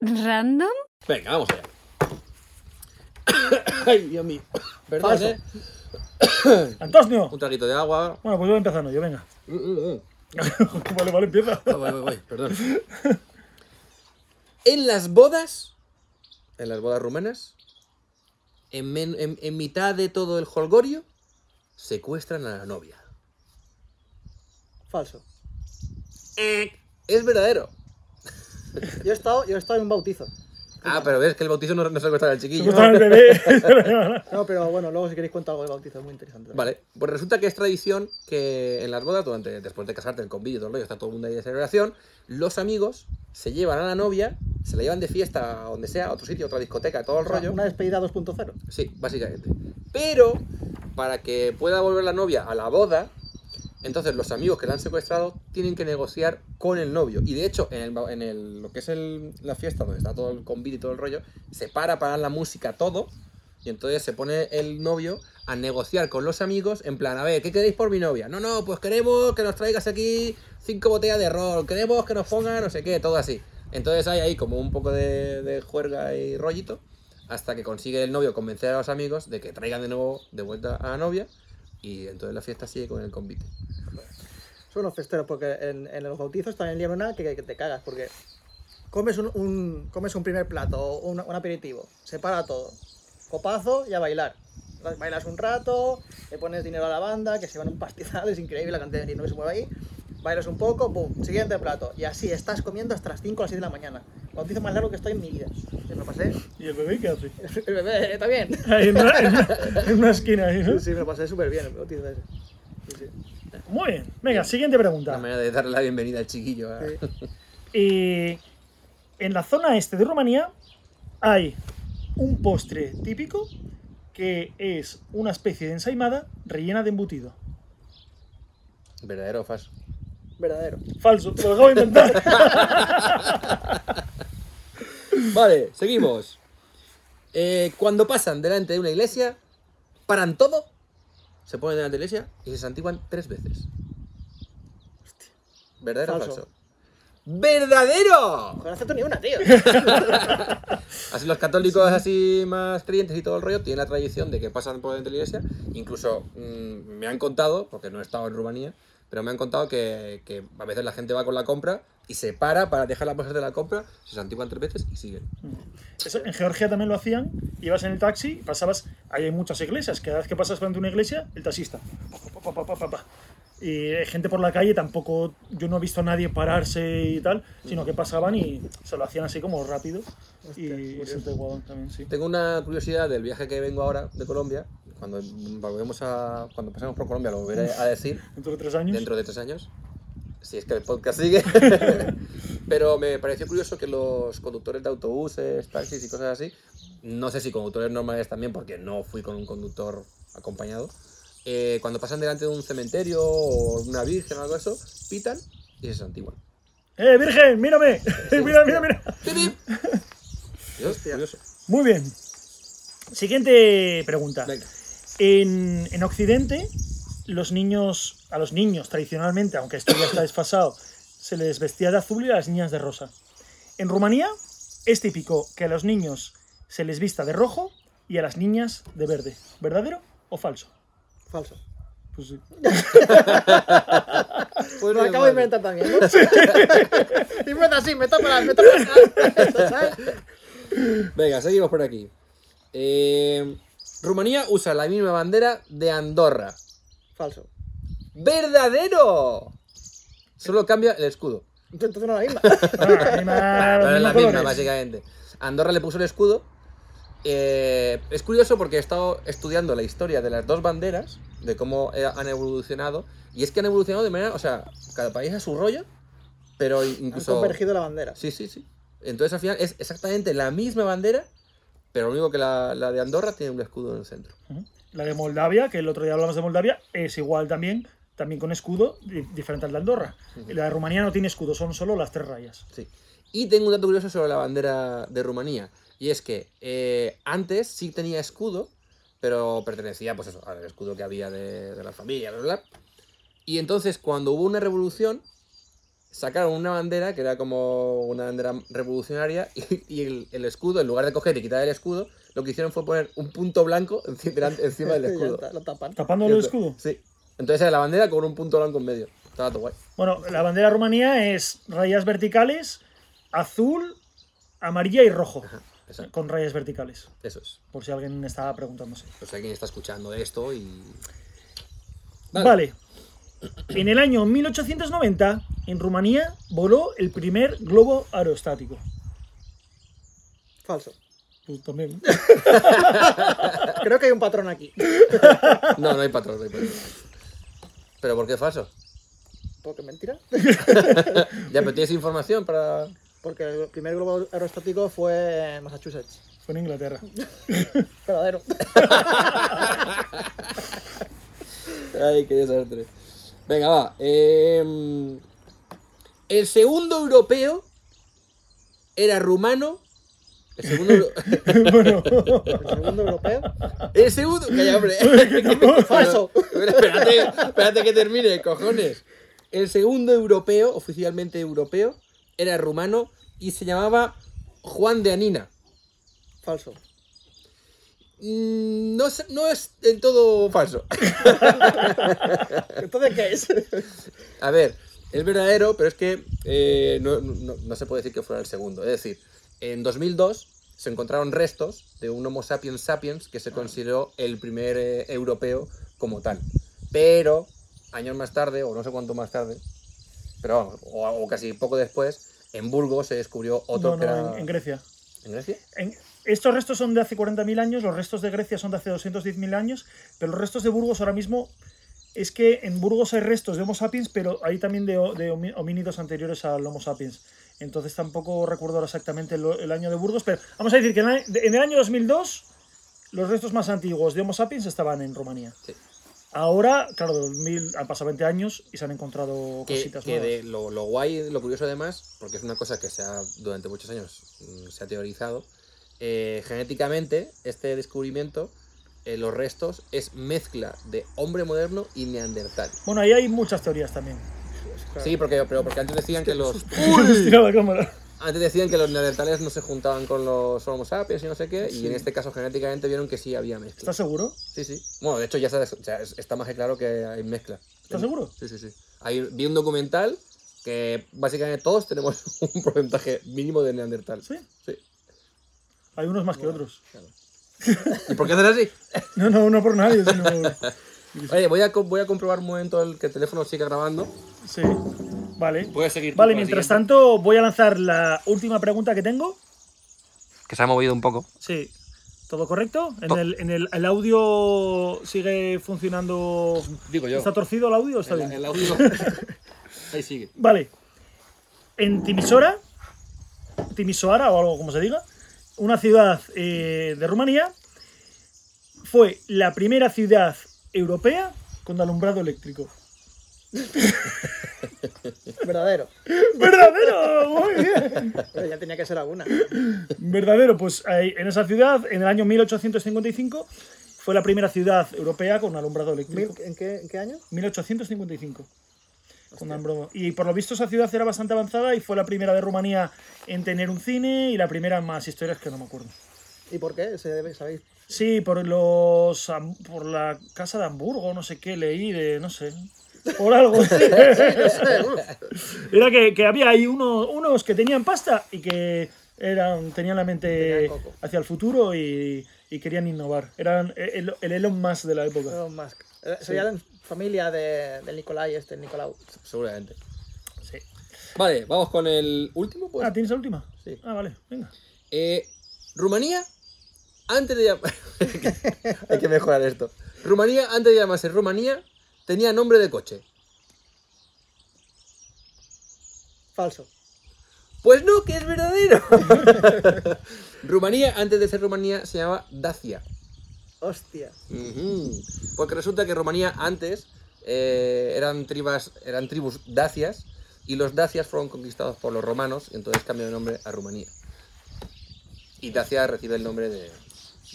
A: random.
C: Venga, vamos allá. Ay, Dios mío. Perdón,
D: Falso.
C: ¿eh?
B: Antonio.
C: Un traguito de agua.
B: Bueno, pues voy empezando yo, venga.
C: Mm, mm, mm.
B: vale, vale, empieza.
C: Voy, voy, voy, voy, perdón. En las bodas, en las bodas rumanas, en, men- en- en mitad de todo el holgorio, secuestran a la novia.
D: Falso.
C: Es verdadero.
D: Yo he estado, yo he estado en un bautizo.
C: Ah, pero ves que el bautizo no, no se lo costaba al
B: Se
C: chiquillo.
B: cortaron el bebé.
D: No, pero bueno, luego si queréis cuento algo del bautizo, es muy interesante.
C: Vale, pues resulta que es tradición que en las bodas, durante, después de casarte, el convivio y todo el rollo, está todo el mundo ahí de celebración, los amigos se llevan a la novia, se la llevan de fiesta a donde sea, a otro sitio, a otra discoteca, todo el
D: O sea,
C: rollo.
D: Una despedida 2.0.
C: Sí, básicamente. Pero, para que pueda volver la novia a la boda, entonces los amigos que la han secuestrado tienen que negociar con el novio. Y de hecho, en, el, ba- en el- lo que es el- la fiesta, donde está todo el convite y todo el rollo, se para para la música todo. Y entonces se pone el novio a negociar con los amigos en plan, a ver, ¿qué queréis por mi novia? No, no, pues queremos que nos traigas aquí cinco botellas de ron, queremos que nos ponga no sé qué, todo así. Entonces hay ahí como un poco de, de juerga y rollito hasta que consigue el novio convencer a los amigos de que traigan de nuevo de vuelta a la novia y entonces la fiesta sigue con el convite.
D: Son unos festeros, porque en, en los bautizos también llevan una que, que te cagas, porque comes un, un- comes un primer plato o un, un aperitivo, se para todo, copazo y a bailar. Bailas un rato, le pones dinero a la banda, que se van un pastizal, es increíble la cantidad de dinero que se mueve ahí. Bailas un poco, boom, siguiente plato. Y así estás comiendo hasta las 5 o las 6 de la mañana. Bautizo más largo que estoy en mi vida. Me lo pasé.
B: ¿Y el bebé qué hace?
D: El bebé está bien.
B: Ahí en una, en una- en una esquina. ahí, ¿no?
D: Sí, sí, me lo pasé súper bien el bautizo ese. Sí, sí.
B: Muy bien. Venga, siguiente
C: Una
B: pregunta.
C: manera de darle la bienvenida al chiquillo. a-
D: Sí.
B: Eh, en la zona este de Rumanía hay un postre típico que es una especie de ensaimada rellena de embutido.
C: Verdadero o falso.
D: Verdadero.
B: Falso, te lo acabo de inventar.
C: Vale, seguimos. Eh, cuando pasan delante de una iglesia, paran todo, se ponen delante de la iglesia y se santiguan tres veces. ¿Verdadero o
D: Falso.
C: falso? ¡Verdadero!
D: Ojalá no ni una, tío.
C: Así los católicos así más creyentes y todo el rollo tienen la tradición de que pasan por dentro de la iglesia. Incluso mm, me han contado, porque no he estado en Rumanía, pero me han contado que, que a veces la gente va con la compra y se para para dejar la pasar de la compra, se santiguan tres veces y siguen.
B: Eso en Georgia también lo hacían. Ibas en el taxi, pasabas. Ahí hay muchas iglesias. Cada vez que pasas frente a una iglesia, el taxista. Pa, pa, pa, pa, pa, pa. Y eh, gente por la calle tampoco. Yo no he visto a nadie pararse y tal, sino que pasaban y se lo hacían así como rápido.
D: Hostia, qué
B: y eso
D: curioso.
B: pues es de guadón también, sí.
C: Tengo una curiosidad del viaje que vengo ahora de Colombia. Cuando volvemos a. Cuando pasemos por Colombia lo volveré a decir.
B: Dentro de tres años.
C: dentro de tres años. Si es que el podcast sigue. Pero me pareció curioso que los conductores de autobuses, taxis y cosas así, no sé si conductores normales también, porque no fui con un conductor acompañado, eh, cuando pasan delante de un cementerio o una virgen o algo de eso, pitan y se santiguan.
B: ¡Eh, Virgen! ¡Mírame! ¡Mira, mira, mira!
C: ¡Pip, pip! Dios,
D: Hostia.
C: curioso.
B: Muy bien. Siguiente pregunta.
C: Venga.
B: En, en Occidente, los niños, a los niños tradicionalmente, aunque esto ya está desfasado, se les vestía de azul y a las niñas de rosa. En Rumanía es típico que a los niños se les vista de rojo y a las niñas de verde. ¿Verdadero o falso?
D: Falso.
B: Pues sí.
C: Pues
D: Lo
C: bien,
D: acabo de
C: madre.
D: inventar también, ¿no? y bueno, así, me toca las, me toca las. ¿sabes?
C: Venga, seguimos por aquí. Eh, Rumanía usa la misma bandera de Andorra.
D: Falso.
C: ¡Verdadero! Solo cambia el escudo.
D: Entonces no era la misma.
B: Ah, animal,
C: Pero
B: mismos
C: es la misma,
B: colores.
C: básicamente. Andorra le puso el escudo. Eh, es curioso porque he estado estudiando la historia de las dos banderas, de cómo eh, han evolucionado. Y es que han evolucionado de manera, o sea, cada país a su rollo, pero
D: Han
C: incluso...
D: convergido la bandera.
C: Sí, sí, sí. Entonces al final es exactamente la misma bandera, pero lo único que la, la de Andorra tiene un escudo en el centro.
B: Ujú. La de Moldavia, que el otro día hablamos de Moldavia, es igual también, también con escudo, di- diferente al de Andorra. Y La de Rumanía no tiene escudo, son solo las tres rayas.
C: Sí. Y tengo un dato curioso sobre la bandera de Rumanía. Y es que eh, antes sí tenía escudo, pero pertenecía pues eso, al escudo que había de, de la familia, bla, bla, bla. Y entonces cuando hubo una revolución, sacaron una bandera que era como una bandera revolucionaria y, y el, el escudo, en lugar de coger y quitar el escudo, lo que hicieron fue poner un punto blanco enci- delan- encima del
D: Y ya
C: escudo.
D: está, Lo tapan.
B: Tapando el escudo.
C: Sí. Entonces era la bandera con un punto blanco en medio. Estaba todo guay.
B: Bueno, la bandera de Rumanía es rayas verticales, azul, amarilla y rojo.
C: Eso,
B: Con rayas verticales,
C: eso es.
B: por si alguien estaba preguntándose.
C: No sé quién está escuchando esto y.
B: Vale. En el año 1890, en Rumanía, voló el primer globo aerostático.
D: Falso.
B: Pues también. ¿no?
D: Creo que hay un patrón aquí.
C: No, no hay patrón, no hay patrón. ¿Pero por qué falso?
D: Porque mentira.
C: Ya, pero tienes información para.
D: Porque el primer globo aerostático fue en Massachusetts.
B: Fue en Inglaterra.
D: Verdadero.
C: Ay, qué desastre. Venga, va. em, el segundo europeo era rumano. El segundo. euro-
B: bueno,
D: El segundo europeo.
C: El segundo. Calla, hombre.
D: Falso.
C: Pero, espérate, espérate que termine, cojones. El segundo europeo, oficialmente europeo, era rumano y se llamaba Juan de Anina.
D: Falso.
C: Mm, No, es- no es del todo falso.
D: Entonces, ¿qué es?
C: A ver, es verdadero, pero es que eh, no, no- no se puede decir que fuera el segundo. Es decir, en 2002 se encontraron restos de un Homo sapiens sapiens que
B: Ah.
C: se consideró el primer eh, europeo como tal. Pero años más tarde, o no sé cuánto más tarde, pero vamos, o, o casi poco después, en Burgos se descubrió otro
B: no,
C: que
B: no,
C: era...
B: en, en Grecia.
C: ¿En Grecia?
B: En- estos restos son de hace 40.000 años, los restos de Grecia son de hace 210.000 años, pero los restos de Burgos ahora mismo es que en Burgos hay restos de Homo sapiens, pero hay también de, ho- de homi- homínidos anteriores al Homo sapiens. Entonces tampoco recuerdo ahora exactamente el, el año de Burgos, pero vamos a decir que en, la- en el año 2002 los restos más antiguos de Homo sapiens estaban en Rumanía.
C: Sí.
B: Ahora, claro, 2000, han pasado 20 años y se han encontrado
C: que,
B: cositas
C: que
B: nuevas.
C: de lo, lo guay, lo curioso además, porque es una cosa que se ha, durante muchos años mm, se ha teorizado, eh, genéticamente este descubrimiento, eh, los restos, es mezcla de hombre moderno y neandertal.
B: Bueno, ahí hay muchas teorías también.
C: Sí, porque, pero porque antes decían que los
B: Tira la cámara.
C: antes decían que los neandertales no se juntaban con los homo sapiens y no sé qué, y en este caso genéticamente vieron que sí había mezcla.
B: ¿Estás seguro?
C: Sí, sí. Bueno, de hecho ya, se ha des- o sea, es- está más que claro que hay mezcla.
B: ¿Estás seguro?
C: Sí, sí, sí. Ahí vi un documental que básicamente todos tenemos un porcentaje mínimo de neandertal.
B: Sí.
C: Sí.
B: Hay unos más que otros.
C: ¿Y por qué hacer así?
B: No, no, no por nadie, sino.
C: Oye, voy a, co- voy a comprobar un momento el que el teléfono siga grabando.
B: Sí. Vale.
C: Voy a seguir. tú
B: Vale,
C: con la
B: mientras
C: Pues, siguiente.
B: tanto, voy a lanzar la última pregunta que tengo.
C: Que se ha movido un poco.
B: Sí. ¿Todo correcto? ¿En,
C: To-
B: el, en el, el audio sigue funcionando?
C: Digo yo.
B: ¿Está torcido el audio o está
C: El-
B: bien?
C: el audio. Ahí sigue.
B: Vale. En Timisora, Timisoara o algo como se diga, una ciudad eh, de Rumanía, fue la primera ciudad europea con alumbrado eléctrico.
D: Verdadero.
B: ¡Verdadero! Muy bien.
D: Pero ya tenía que ser alguna.
B: Verdadero, pues ahí, en esa ciudad, en el año 1855, fue la primera ciudad europea con alumbrado eléctrico.
D: Mil- ¿En qué, en qué año?
B: 1855. Con Ambromo. Y por lo visto esa ciudad era bastante avanzada y fue la primera de Rumanía en tener un cine y la primera en más historias que no me acuerdo.
D: ¿Y por qué? Se debe- ¿Sabéis?
B: Sí, por los Ham- por la casa de Hamburgo, no sé qué, leí de, no sé. Por algo. Era que, que había ahí uno- unos que tenían pasta y que eran, tenían la mente
D: Tenían coco.
B: hacia el futuro y, y querían innovar. Eran el, el Elon Musk de la época.
D: Elon Musk. Eh, Sería la familia de, del Nicolai, este, el Nicolau.
C: Seguramente.
B: Sí.
C: Vale, vamos con el último, pues.
B: Ah, ¿tienes la última?
C: Sí.
B: Ah, vale, venga.
C: Eh, Rumanía, antes de llam- Hay que mejorar esto. Rumanía, antes de llamarse Rumanía, tenía nombre de coche.
D: Falso.
C: Pues no, que es verdadero. Rumanía, antes de ser Rumanía, se llamaba Dacia.
D: Hostia.
C: Ujú. Porque resulta que Rumanía antes eh, eran, tribas, eran tribus dacias y los dacias fueron conquistados por los romanos y entonces cambió de nombre a Rumanía. Y Dacia recibe el nombre de... de-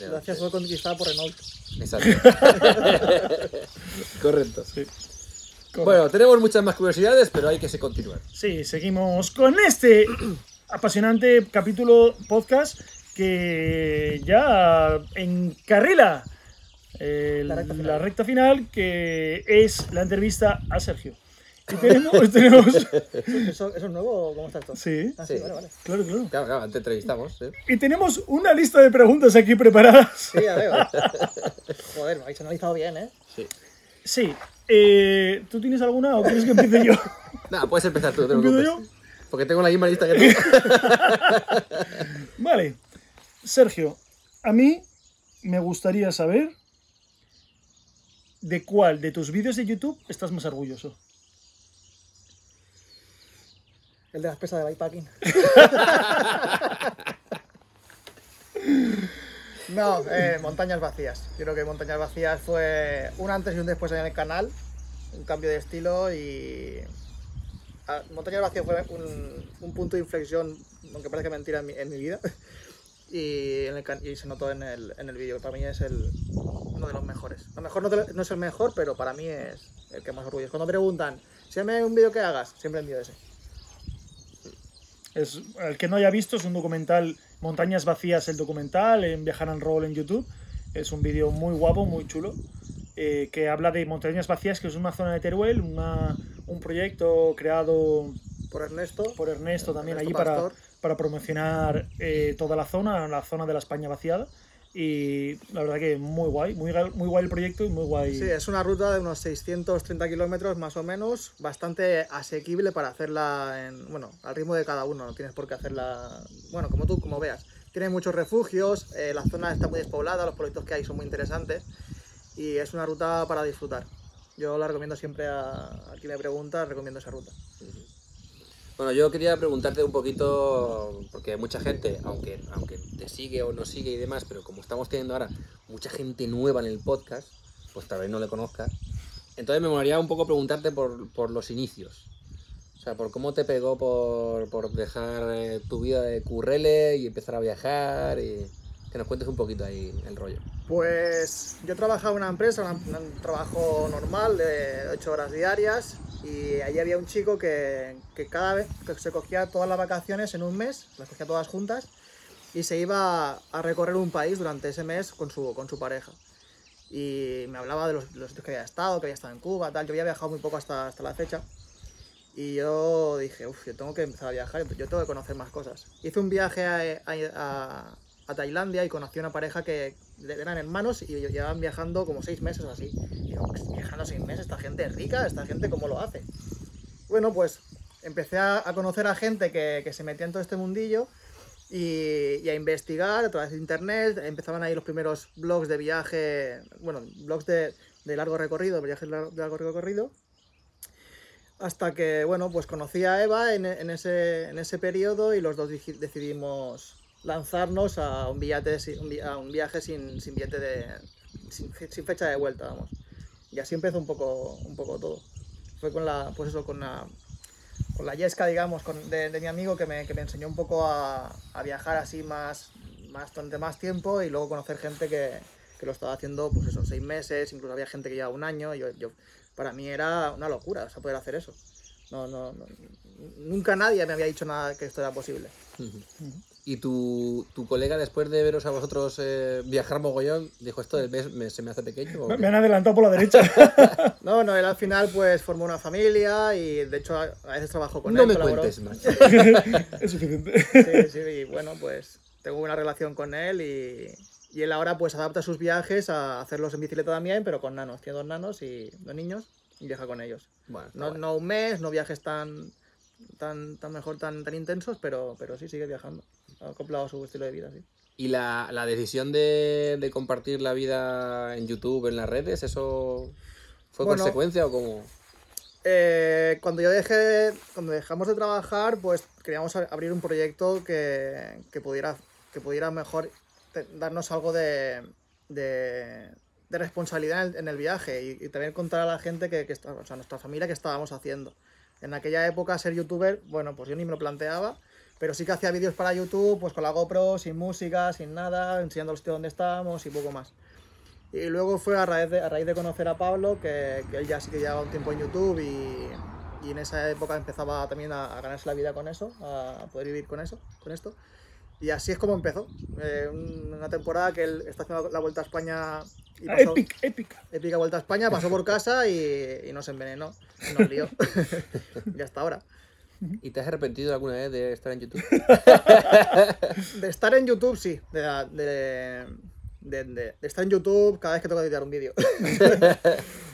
D: Gracias fue conquistada por Renault.
C: Exacto. Correcto.
B: Correcto.
C: Bueno, tenemos muchas más curiosidades, pero hay que se continuar.
B: Sí, seguimos con este apasionante capítulo podcast que ya encarrila eh,
D: La
B: la,
D: recta
B: recta
D: final.
B: final, que es la entrevista a Sergio. Y tenemos, tenemos-
D: ¿Eso, ¿Eso es nuevo o cómo está esto?
B: sí,
D: Ah, sí,
C: Sí.
D: vale, vale.
B: claro, claro.
C: Claro, claro, te entrevistamos. ¿eh?
B: Y tenemos una lista de preguntas aquí preparadas.
D: Sí, ya veo. Joder, me habéis analizado bien, ¿eh?
C: Sí.
B: Sí. Eh, ¿Tú tienes alguna o quieres que empiece yo?
C: Nada, puedes empezar tú, no te
B: ¿Empiezo
C: preocupes. Porque tengo la misma lista que tú.
B: Vale. Sergio, a mí me gustaría saber de cuál de tus vídeos de YouTube estás más orgulloso.
D: El de las pesas de bikepacking. no, eh, montañas vacías. Yo creo que montañas vacías fue un antes y un después en el canal, un cambio de estilo y a- montañas vacías fue un, un punto de inflexión, aunque parezca mentira en mi, en mi vida. Y, en el can- y se notó en el, en el vídeo. Para mí es el, uno de los mejores. A lo mejor no, te lo- no es el mejor, pero para mí es el que más orgullo. es. Cuando preguntan, envíame un vídeo que hagas, siempre envío ese.
B: Es, el que no haya visto es un documental, Montañas Vacías, el documental, en Viajar and Roll en YouTube. Es un vídeo muy guapo, muy chulo, eh, que habla de Montañas Vacías, que es una zona de Teruel, una- un proyecto creado
D: Por Ernesto.
B: por Ernesto también
D: Ernesto
B: allí para,
D: Pastor.
B: para promocionar eh, toda la zona, la zona de la España vaciada. Y la verdad que muy guay, muy, gal- muy guay el proyecto y muy guay.
D: Sí, es una ruta de unos 630 kilómetros más o menos, bastante asequible para hacerla en, bueno, al ritmo de cada uno, no tienes por qué hacerla, bueno, como tú, como veas. Tiene muchos refugios, eh, la zona está muy despoblada, los proyectos que hay son muy interesantes y es una ruta para disfrutar. Yo la recomiendo siempre a, a quien me pregunta, recomiendo esa ruta.
C: Bueno, yo quería preguntarte un poquito, porque mucha gente, aunque, aunque te sigue o no sigue y demás, pero como estamos teniendo ahora mucha gente nueva en el podcast, pues tal vez no le conozcas. Entonces me molaría un poco preguntarte por, por los inicios. O sea, por cómo te pegó por, por dejar eh, tu vida de currele y empezar a viajar y que nos cuentes un poquito ahí el rollo.
D: Pues yo trabajaba en una empresa, una- un, trabajo normal de 8 horas diarias y allí había un chico que, que cada vez que se cogía todas las vacaciones en un mes, las cogía todas juntas y se iba a recorrer un país durante ese mes con su, con su pareja. Y me hablaba de los, los sitios que había estado, que había estado en Cuba, tal. Yo había viajado muy poco hasta, hasta la fecha. Y yo dije, uff, yo tengo que empezar a viajar, yo tengo que conocer más cosas. Hice un viaje a, a- a- a Tailandia y conocí a una pareja que eran hermanos y llevaban viajando como seis meses o así. Y digo, "Pues, viajando seis meses, esta gente es rica, esta gente cómo lo hace. Bueno, pues empecé a, a conocer a gente que, que se metía en todo este mundillo y, y a investigar a través de internet. Empezaban ahí los primeros blogs de viaje, bueno, blogs de, de largo recorrido, viajes lar- de largo recorrido. Hasta que, bueno, pues conocí a Eva en, en ese, en ese periodo y los dos dij- decidimos lanzarnos a un, billete sin- un vi- a un viaje sin, sin billete de... Sin, fe- sin fecha de vuelta, vamos. Y así empezó un poco, un poco todo. Fue con la, pues eso, con la, con la yesca, digamos, con- de, de mi amigo que me, que me enseñó un poco a, a viajar así más, más, durante más tiempo y luego conocer gente que, que lo estaba haciendo, pues eso, seis meses, incluso había gente que llevaba un año. Yo, yo, para mí era una locura, o sea, poder hacer eso. No, no, no- nunca nadie me había dicho nada que esto era posible.
C: Y tu, tu colega, después de veros a vosotros eh, viajar mogollón, dijo esto del mes me- se me hace pequeño. ¿o
B: Me-
C: qué?
B: Me han adelantado por la derecha.
D: No, no, él al final pues formó una familia y de hecho a a veces trabajo con
C: No
D: él.
C: me
D: colaboró.
C: cuentes más.
B: es suficiente.
D: Sí, sí, y bueno, pues tengo una relación con él y, y él ahora pues adapta sus viajes a hacerlos en bicicleta también, pero con nanos. Tiene dos nanos y dos niños y viaja con ellos.
C: Bueno, está
D: No,
C: guay.
D: no un mes, no viajes tan, tan, tan mejor, tan, tan intensos, pero, pero sí sigue viajando. Ha acoplado a su estilo de vida, sí.
C: ¿Y la, la decisión de, de compartir la vida en YouTube, en las redes, eso fue
D: Bueno.
C: consecuencia o cómo?
D: Eh, cuando yo dejé, cuando dejamos de trabajar, pues queríamos a- abrir un proyecto que, que pudiera, que pudiera mejor te- darnos algo de, de, de responsabilidad en el, en el viaje y, y también contar a la gente que, que está- o sea, nuestra familia que estábamos haciendo. En aquella época ser youtuber, bueno, pues yo ni me lo planteaba, pero sí que hacía vídeos para YouTube, pues con la GoPro, sin música, sin nada, enseñando al sitio donde estábamos y poco más. Y luego fue a raíz de, a raíz de conocer a Pablo, que, que él ya sí que llevaba un tiempo en YouTube y, y en esa época empezaba también a, a ganarse la vida con eso, a, a poder vivir con eso, con esto. Y así es como empezó. Eh, un- una temporada que él está haciendo la Vuelta a España y pasó,
B: Ah, Épica, épica.
D: épica Vuelta a España, pasó por casa y, y nos envenenó, y nos lió. y hasta ahora.
C: ¿Y te has arrepentido alguna vez de estar en YouTube?
D: De estar en YouTube, sí. De, de, de- de- de estar en YouTube cada vez que tengo que editar un vídeo.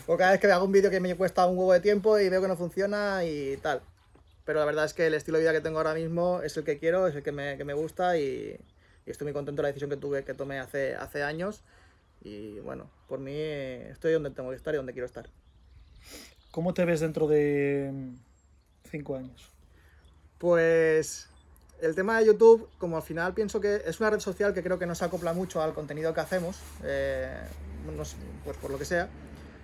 D: Porque cada vez que hago un vídeo que me cuesta un huevo de tiempo y veo que no funciona y tal. Pero la verdad es que el estilo de vida que tengo ahora mismo es el que quiero, es el que me, que me gusta y, y estoy muy contento de la decisión que tuve, que tomé hace, hace años. Y bueno, por mí eh, estoy donde tengo que estar y donde quiero estar.
B: ¿Cómo te ves dentro de mm, cinco años?
D: Pues el tema de YouTube, como al final pienso que es una red social que creo que no se acopla mucho al contenido que hacemos, eh, no sé, pues por lo que sea,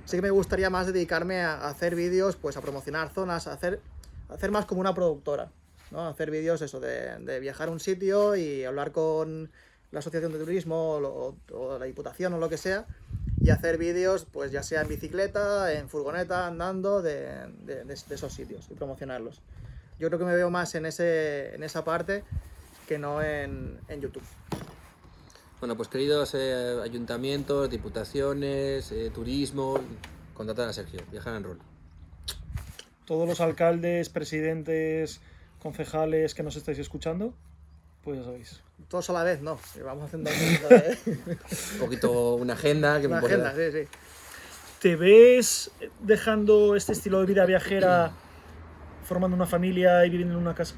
D: sí que me gustaría más dedicarme a a hacer vídeos, pues a promocionar zonas, a hacer, a hacer más como una productora, ¿no? A hacer vídeos eso, de, de viajar a un sitio y hablar con la asociación de turismo o, lo- o la diputación o lo que sea y hacer vídeos, pues ya sea en bicicleta, en furgoneta, andando, de, de- de- de esos sitios y promocionarlos. Yo creo que me veo más en, ese, en esa parte que no en, en YouTube.
C: Bueno, pues queridos eh, ayuntamientos, diputaciones, eh, turismo, contratar a Sergio, viajar en rol.
B: Todos los alcaldes, presidentes, concejales que nos estáis escuchando, pues ya sabéis.
D: Todos a la vez, no. Vamos haciendo un poquito de-
C: Un poquito una agenda que
D: una
C: me pueda-
D: agenda, sí, sí.
B: ¿Te ves dejando este estilo de vida viajera, formando una familia y viviendo en una casa?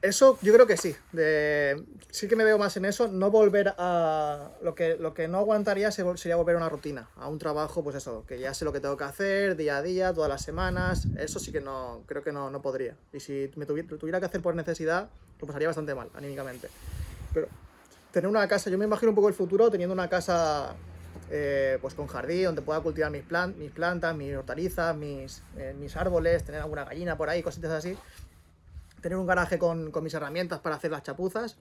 D: Eso yo creo que sí. De, sí que me veo más en eso. No volver a. Lo que, lo que no aguantaría se vol- sería volver a una rutina, a un trabajo, pues eso, que ya sé lo que tengo que hacer día a día, todas las semanas. Eso sí que no. Creo que no, no podría. Y si me tuvi- lo tuviera que hacer por necesidad, lo pasaría bastante mal, anímicamente. Pero tener una casa, yo me imagino un poco el futuro teniendo una casa. eh, pues con jardín, donde pueda cultivar mis, plan- mis plantas, mis hortalizas, mis, eh, mis árboles, tener alguna gallina por ahí, cositas así tener un garaje con, con mis herramientas para hacer las chapuzas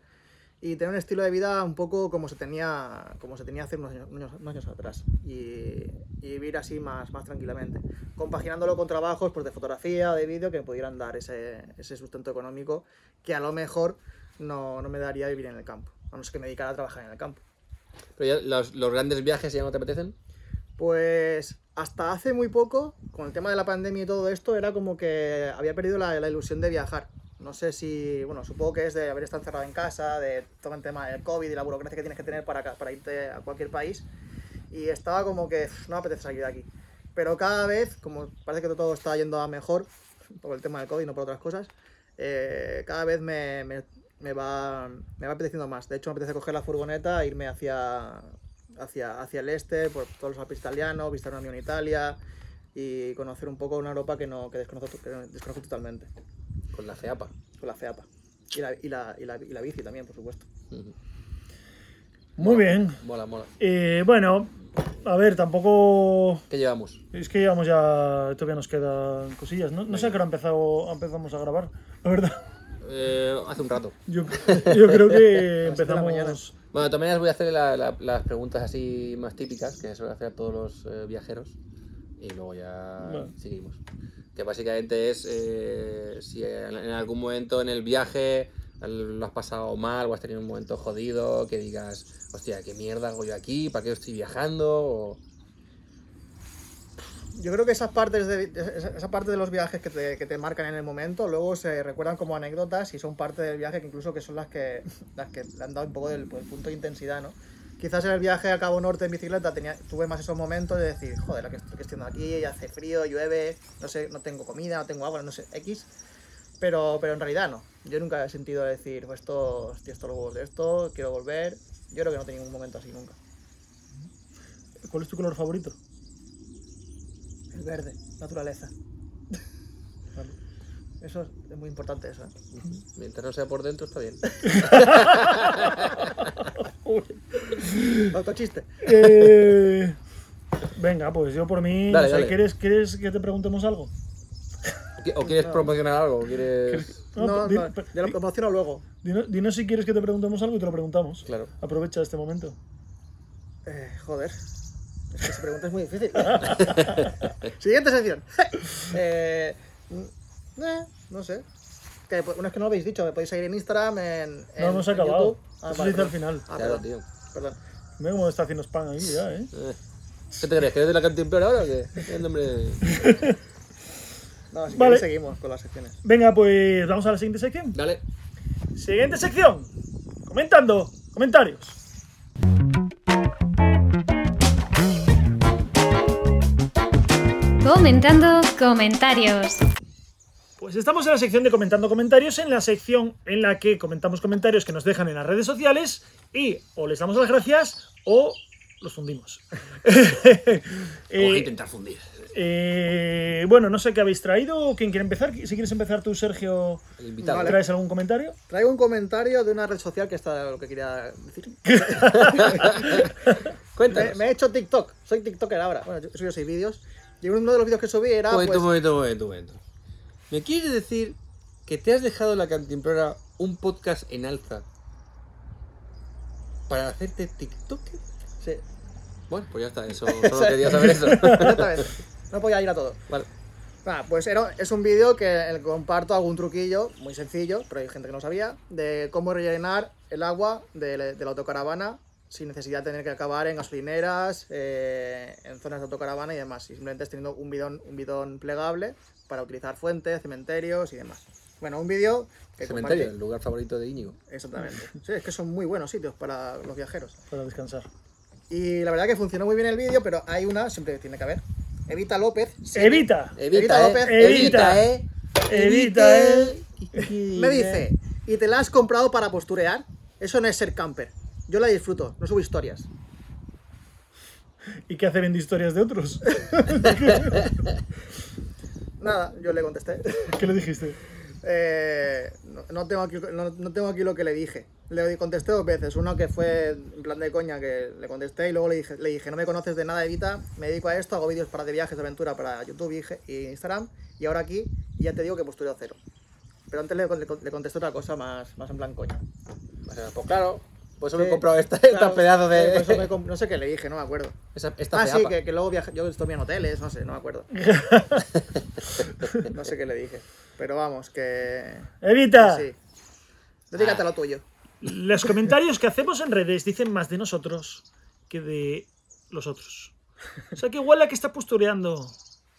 D: y tener un estilo de vida un poco como se tenía, como se tenía hace unos años, unos- unos años atrás y, y vivir así más, más tranquilamente, compaginándolo con trabajos pues, de fotografía, de vídeo que me pudieran dar ese, ese sustento económico que a lo mejor no, no me daría vivir en el campo, a no ser que me dedicara a trabajar en el campo.
C: Pero ya los, los grandes viajes ya no te apetecen.
D: Pues hasta hace muy poco, con el tema de la pandemia y todo esto, era como que había perdido la, la ilusión de viajar. No sé si, bueno, supongo que es de haber estado encerrado en casa, de todo el tema del COVID y la burocracia que tienes que tener para, ca- para irte a cualquier país. Y estaba como que "Uf, no me apetece salir de aquí. Pero cada vez, como parece que todo está yendo a mejor, por el tema del COVID, no por otras cosas, eh, cada vez me, me- me va, me va apeteciendo más. De hecho, me apetece coger la furgoneta e irme hacia, hacia, hacia el este, por todos los Alpes italianos, visitar una en Italia y conocer un poco una Europa que, no, que, desconozco, que desconozco totalmente,
C: Con la ceapa.
D: con la FEAPA. Y la, y, la, y, la, y la bici también, por supuesto.
C: Ujú.
B: Muy bien.
C: Mola, mola.
B: Eh, bueno, a ver, tampoco...
C: ¿Qué llevamos?
B: Es que llevamos ya... Todavía nos quedan cosillas. No, no sé a qué hora empezado, empezamos a grabar, la verdad.
C: Eh, hace un rato.
B: Yo, yo creo que
D: las siete de la mañana.
B: empezamos...
C: Bueno, de todas maneras voy a hacer la- la- las preguntas así más típicas que suelen hacer a todos los eh, viajeros y luego ya
B: Vale.
C: seguimos. Que básicamente es eh, si en, en algún momento en el viaje al- lo has pasado mal o has tenido un momento jodido que digas, hostia, ¿qué mierda hago yo aquí? ¿Para qué estoy viajando? O-
D: Yo creo que esas partes de, esa esa parte de los viajes que te, que te marcan en el momento luego se recuerdan como anécdotas y son parte del viaje que incluso que son las que, las que le han dado un poco del pues, punto de intensidad, ¿no? Quizás en el viaje a Cabo Norte en bicicleta tenía, tuve más esos momentos de decir, joder, la que estoy, que estoy haciendo aquí, y hace frío, llueve, no sé, no tengo comida, no tengo agua, no sé, X. Pero, pero en realidad no. Yo nunca he sentido decir, pues esto, hostia, esto lo huevos de esto, quiero volver. Yo creo que no he tenido un momento así nunca.
B: ¿Cuál es tu color favorito?
D: El verde, naturaleza. Vale. Eso es, es muy importante, eso. ¿eh?
C: Mientras no sea por dentro está bien.
D: Autochiste.
B: Eh, venga, pues yo por mí... no
C: Dale,
B: sé,
C: dale.
B: ¿quieres, ¿Quieres que te preguntemos algo?
C: ¿O quieres promocionar algo? ¿O ¿Quieres...?
D: No, no,
B: di-
D: yo lo promociono luego.
B: Dino, dinos si quieres que te preguntemos algo y te lo preguntamos.
C: Claro.
B: Aprovecha este momento.
D: Eh, joder. Es que esa pregunta es muy difícil. Siguiente sección. Eh, mm, eh, no sé. Que, pues, bueno, es que no lo habéis dicho. Me podéis seguir en Instagram, en. en-
B: No hemos
D: en
B: acabado.
D: YouTube. Ah,
B: Eso
D: vale,
B: se dice al
D: perdón.
B: final.
D: Ah,
C: Claro,
D: perdón,
C: tío.
D: perdón.
B: Ve cómo está haciendo spam ahí ya, ¿eh?
C: Eh, ¿Qué te crees? ¿Que eres de la cantimplora ahora o qué? El nombre...
D: No, así
B: Vale.
D: que seguimos con las secciones.
B: Venga, pues vamos a la siguiente sección.
C: Dale.
B: Siguiente sección. Comentando. Comentarios.
A: Comentando comentarios.
B: Pues estamos en la sección de comentando comentarios, en la sección en la que comentamos comentarios que nos dejan en las redes sociales y o les damos las gracias o los fundimos.
C: Voy a
B: Eh,
C: intentar fundir.
B: eh, bueno, no sé qué habéis traído. ¿Quién quiere empezar? Si quieres empezar tú, Sergio,
C: El invitado.
D: Vale.
B: ¿traes algún comentario?
D: Traigo un comentario de una red social que está lo que quería decir. Me,
C: Cuéntanos.
D: me he hecho TikTok. Soy TikToker ahora. Bueno, yo he subido seis vídeos. Y uno de los vídeos que subí era.
C: Un momento,
D: pues,
C: un momento, un momento, un momento. ¿Me quieres decir que te has dejado la cantimplora un podcast en alza para hacerte TikTok?
D: Sí,
C: Bueno, pues ya está, eso. Solo quería saber eso.
D: exactamente. No podía ir a todo.
C: Vale.
D: Nada, pues era, es un vídeo que en el que comparto algún truquillo, muy sencillo, pero hay gente que no sabía, de cómo rellenar el agua de, la- de la autocaravana sin necesidad de tener que acabar en gasolineras, eh, en zonas de autocaravana y demás. Y simplemente es teniendo un bidón, un bidón plegable para utilizar fuentes, cementerios y demás. Bueno, un vídeo que
C: Cementerio, el
D: compartí-
C: lugar favorito de Íñigo.
D: Exactamente. Sí, es que son muy buenos sitios para los viajeros.
B: Para descansar.
D: Y la verdad que funcionó muy bien el vídeo, pero hay una, siempre tiene que haber. Evita López. siete-
B: Evita.
C: Evita,
D: Evita López.
C: eh.
B: Evita.
C: eh.
B: Evita, eh.
D: Me dice, ¿y te la has comprado para posturear? Eso no es ser camper. Yo la disfruto, no subo historias.
B: ¿Y qué hace viendo historias de otros?
D: Nada, yo le contesté.
B: ¿Qué le dijiste?
D: Eh, no, no tengo aquí, no, no tengo aquí lo que le dije. Le contesté dos veces. Uno que fue en plan de coña, que le contesté y luego le dije, le dije no me conoces de nada, Evita. Me dedico a esto, hago vídeos para de viajes, de aventura para YouTube y Ige- y Instagram. Y ahora aquí y ya te digo que postureo cero. Pero antes le, con- le con- le contesté otra cosa más, más en plan coña.
C: O sea, Pues claro, por eso me he
D: Sí,
C: comprado esta,
D: claro,
C: esta pedazo de.
D: sí, por eso me comp- no sé qué le dije, no me acuerdo.
C: esa- esta
D: Ah, sí,
C: feapa.
D: que, que luego viajé, yo dormía en hoteles, no sé, no me acuerdo. no sé qué le dije. Pero vamos, que.
B: Evita.
D: Sí.
C: Ah.
D: Dedícate a lo tuyo.
B: Los comentarios que hacemos en redes dicen más de nosotros que de los otros. O sea que igual la que está postureando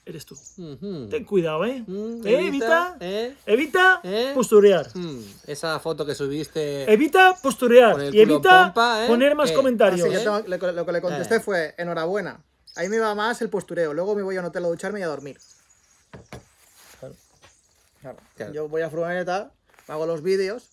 B: eres tú.
C: Ujú.
B: Ten cuidado, ¿eh?
C: Mm,
B: ¿Eh, Evita?
C: ¿Eh?
B: Evita
C: ¿Eh?
B: posturear.
C: Mm, esa foto que subiste.
B: Evita posturear.
C: Con el
B: Y
C: culo en
B: evita
C: pompa, ¿eh?
B: poner más
C: Eh.
B: comentarios.
D: Así que
C: ¿eh?
D: Ah, tengo- le- lo que le contesté
C: Eh.
D: fue: enhorabuena. Ahí me va más el postureo. Luego me voy a un hotel a ducharme y a dormir.
B: Claro.
D: Claro.
C: Claro.
D: Yo voy a furgoneta, hago los vídeos.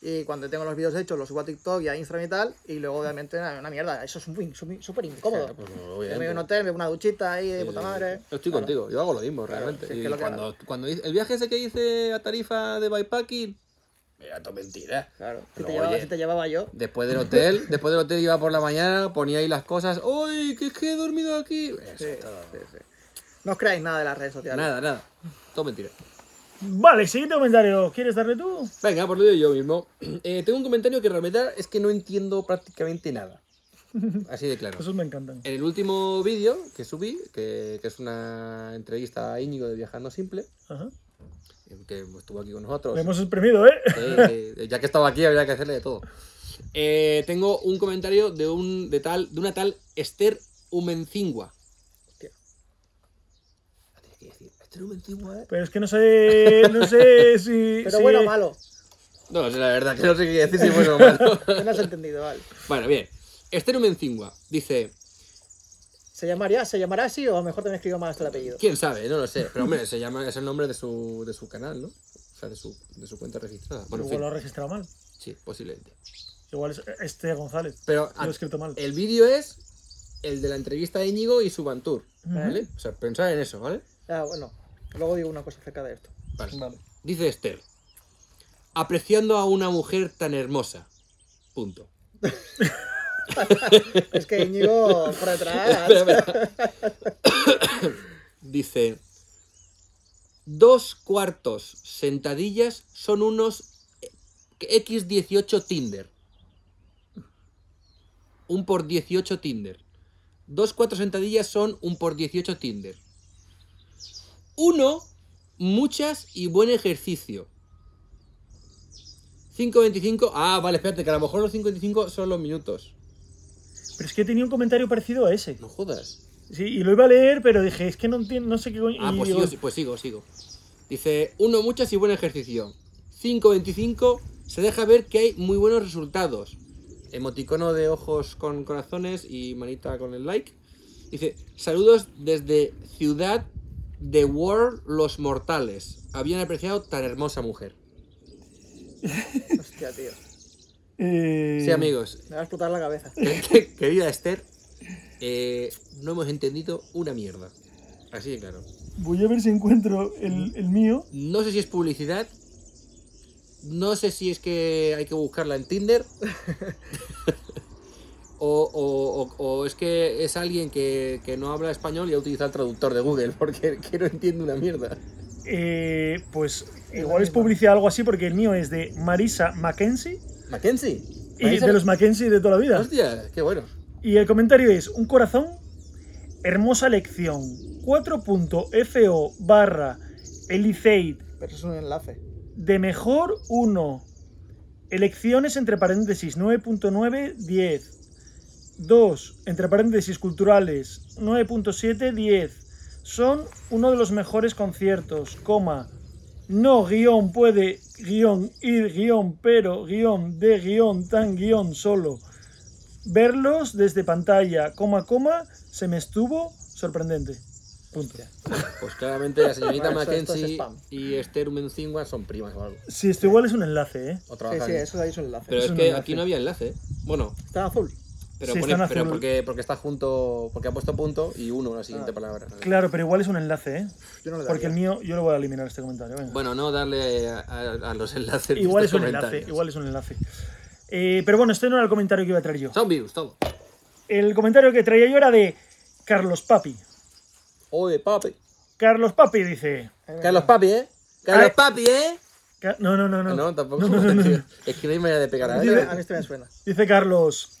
D: Y cuando tengo los vídeos hechos, los subo a TikTok y a Instagram y tal. Y luego, obviamente, una, una mierda. Eso es muy- muy- súper incómodo.
C: Claro, pues,
D: me
C: obviamente.
D: voy a un hotel, me voy a una duchita ahí de
C: Sí,
D: puta
C: sí, sí.
D: madre.
C: Yo estoy
D: Claro.
C: contigo, yo hago lo mismo realmente.
D: si es que
C: Y
D: lo que
C: cuando, cuando hice- el viaje ese que hice a Tarifa de Bypacking, era todo mentira.
D: Claro, si
C: Pero,
D: te, llevaba,
C: oye,
D: si te llevaba yo.
C: Después del hotel, después del hotel iba por la mañana, ponía ahí las cosas. ¡Uy! Que es que he dormido aquí. Eso,
D: Sí,
C: todo.
D: sí, sí. No os creáis nada de las redes sociales.
C: Nada, nada. Todo mentira.
B: Vale, siguiente comentario. ¿Quieres darle tú?
C: Venga, por lo digo yo mismo. Eh, tengo un comentario que realmente es que no entiendo prácticamente nada. Así de claro.
B: Esos me encantan.
C: En el último vídeo que subí, que, que es una entrevista a Íñigo de Viajando Simple,
B: Ajá.
C: que estuvo aquí con nosotros.
B: Lo hemos exprimido, ¿eh?
C: Eh, eh, ya que estaba aquí, habría que hacerle de todo. Eh, tengo un comentario de un de tal, de una tal Esther Umencingua. Hostia. La tienes que decir. Esther Umencingua, eh.
B: Pero es que no sé, no sé si...
D: Pero
B: si-
D: bueno, malo.
C: No, o sea, la verdad que no sé qué decir si bueno o malo.
D: No lo has entendido, vale.
C: bueno, bien. Esther Umencingua dice,
D: ¿Se llamaría, ¿Se llamará así o a lo mejor te me escribo más el apellido?
C: quién sabe, no lo sé. Pero hombre, se llama, es el nombre de su, de su canal, ¿no? O sea, de su, de su cuenta registrada. Bueno, en
B: Igual lo ha
C: fin,
B: registrado mal.
C: sí, posiblemente.
B: Igual es este González.
C: Pero
B: Lo he escrito mal.
C: el vídeo es el de la entrevista de Íñigo y su van tour, ¿vale? O sea, pensad en eso, ¿vale?
D: Ah, bueno. Luego digo una cosa acerca de esto.
C: Vale.
B: Vale.
C: Dice Esther, apreciando a una mujer tan hermosa. Punto.
D: Es que Íñigo por detrás.
C: Dice, dos cuartos sentadillas son unos X18 Tinder. Un por 18 Tinder. Dos cuatro sentadillas son un por 18 Tinder. Uno, muchas y buen ejercicio. 5.25. Ah, vale, espérate, que a lo mejor los 5.25 son los minutos.
B: Pero es que tenía un comentario parecido a ese.
C: No jodas.
B: Sí, y lo iba a leer, pero dije, es que no, entiendo, no sé qué coño.
C: Ah,
B: y
C: pues
B: digo,
C: sigo, pues sigo, sigo. Dice, uno muchas y buen ejercicio. 5.25 se deja ver que hay muy buenos resultados. Emoticono de ojos con corazones y manita con el like. Dice, saludos desde Ciudad The World, los mortales, habían apreciado tan hermosa mujer.
D: Hostia, tío.
B: Eh,
C: Sí, amigos,
D: Me va a explotar la cabeza.
C: querida Esther, eh, no hemos entendido una mierda. Así de claro.
B: Voy a ver si encuentro el, el mío.
C: No sé si es publicidad. No sé si es que hay que buscarla en Tinder. o, o- o- o es que es alguien que, que no habla español y ha utilizado el traductor de Google porque que no entiende una mierda.
B: Eh, pues igual es publicidad algo así porque el mío es de Marisa Mackenzie.
C: Mackenzie.
B: Y de los Mackenzie de toda la vida.
C: Hostia, qué bueno.
B: Y el comentario es, un corazón, hermosa lección, 4.fo barra Eliceit
D: Pero eso es un enlace.
B: de mejor 1, elecciones entre paréntesis 9.9, 10, 2, entre paréntesis culturales 9.7, 10, son uno de los mejores conciertos, coma, no guión puede guión ir guión pero guión de guión tan guión solo. Verlos desde pantalla, coma, coma, se me estuvo sorprendente. Punto.
C: Pues claramente la señorita
D: Bueno, esto- esto es
C: Mackenzie
D: spam.
C: y Esther Umencingua son primas o algo.
B: Si esto igual es un enlace, ¿eh?
C: O
D: Sí,
C: trabajan.
D: sí, eso de ahí es un enlace.
C: Pero
B: es
C: es
B: un
C: que
B: enlace.
C: aquí no había enlace. Bueno,
D: Está en azul.
C: pero,
B: Sí,
C: pone-
B: están
C: pero
B: azul.
C: porque, porque está junto, porque ha puesto punto y uno la siguiente palabra.
B: Claro, pero igual es un enlace, ¿eh?
D: Yo no le
B: Porque el
D: daría.
B: mío, yo lo voy a eliminar este comentario. venga.
C: Bueno, este no darle a, a- a los enlaces. de
B: igual es
C: estos
B: un enlace,
C: comentarios.
B: igual es un enlace. Eh, pero bueno, este no era el comentario que iba a traer yo.
C: Son virus, todo.
B: El comentario que traía yo era de Carlos Papi.
C: Oye, papi.
B: Carlos Papi dice.
C: Carlos Papi, ¿eh? Carlos
B: Ay.
C: Papi, ¿eh?
B: Ca- No, no, Ah, no, no.
C: Ah, No, tampoco.
B: No, no, no, no.
C: Es que no hay manera de pegar a
D: A mí
C: él.
D: a mí este me suena.
B: Dice Carlos.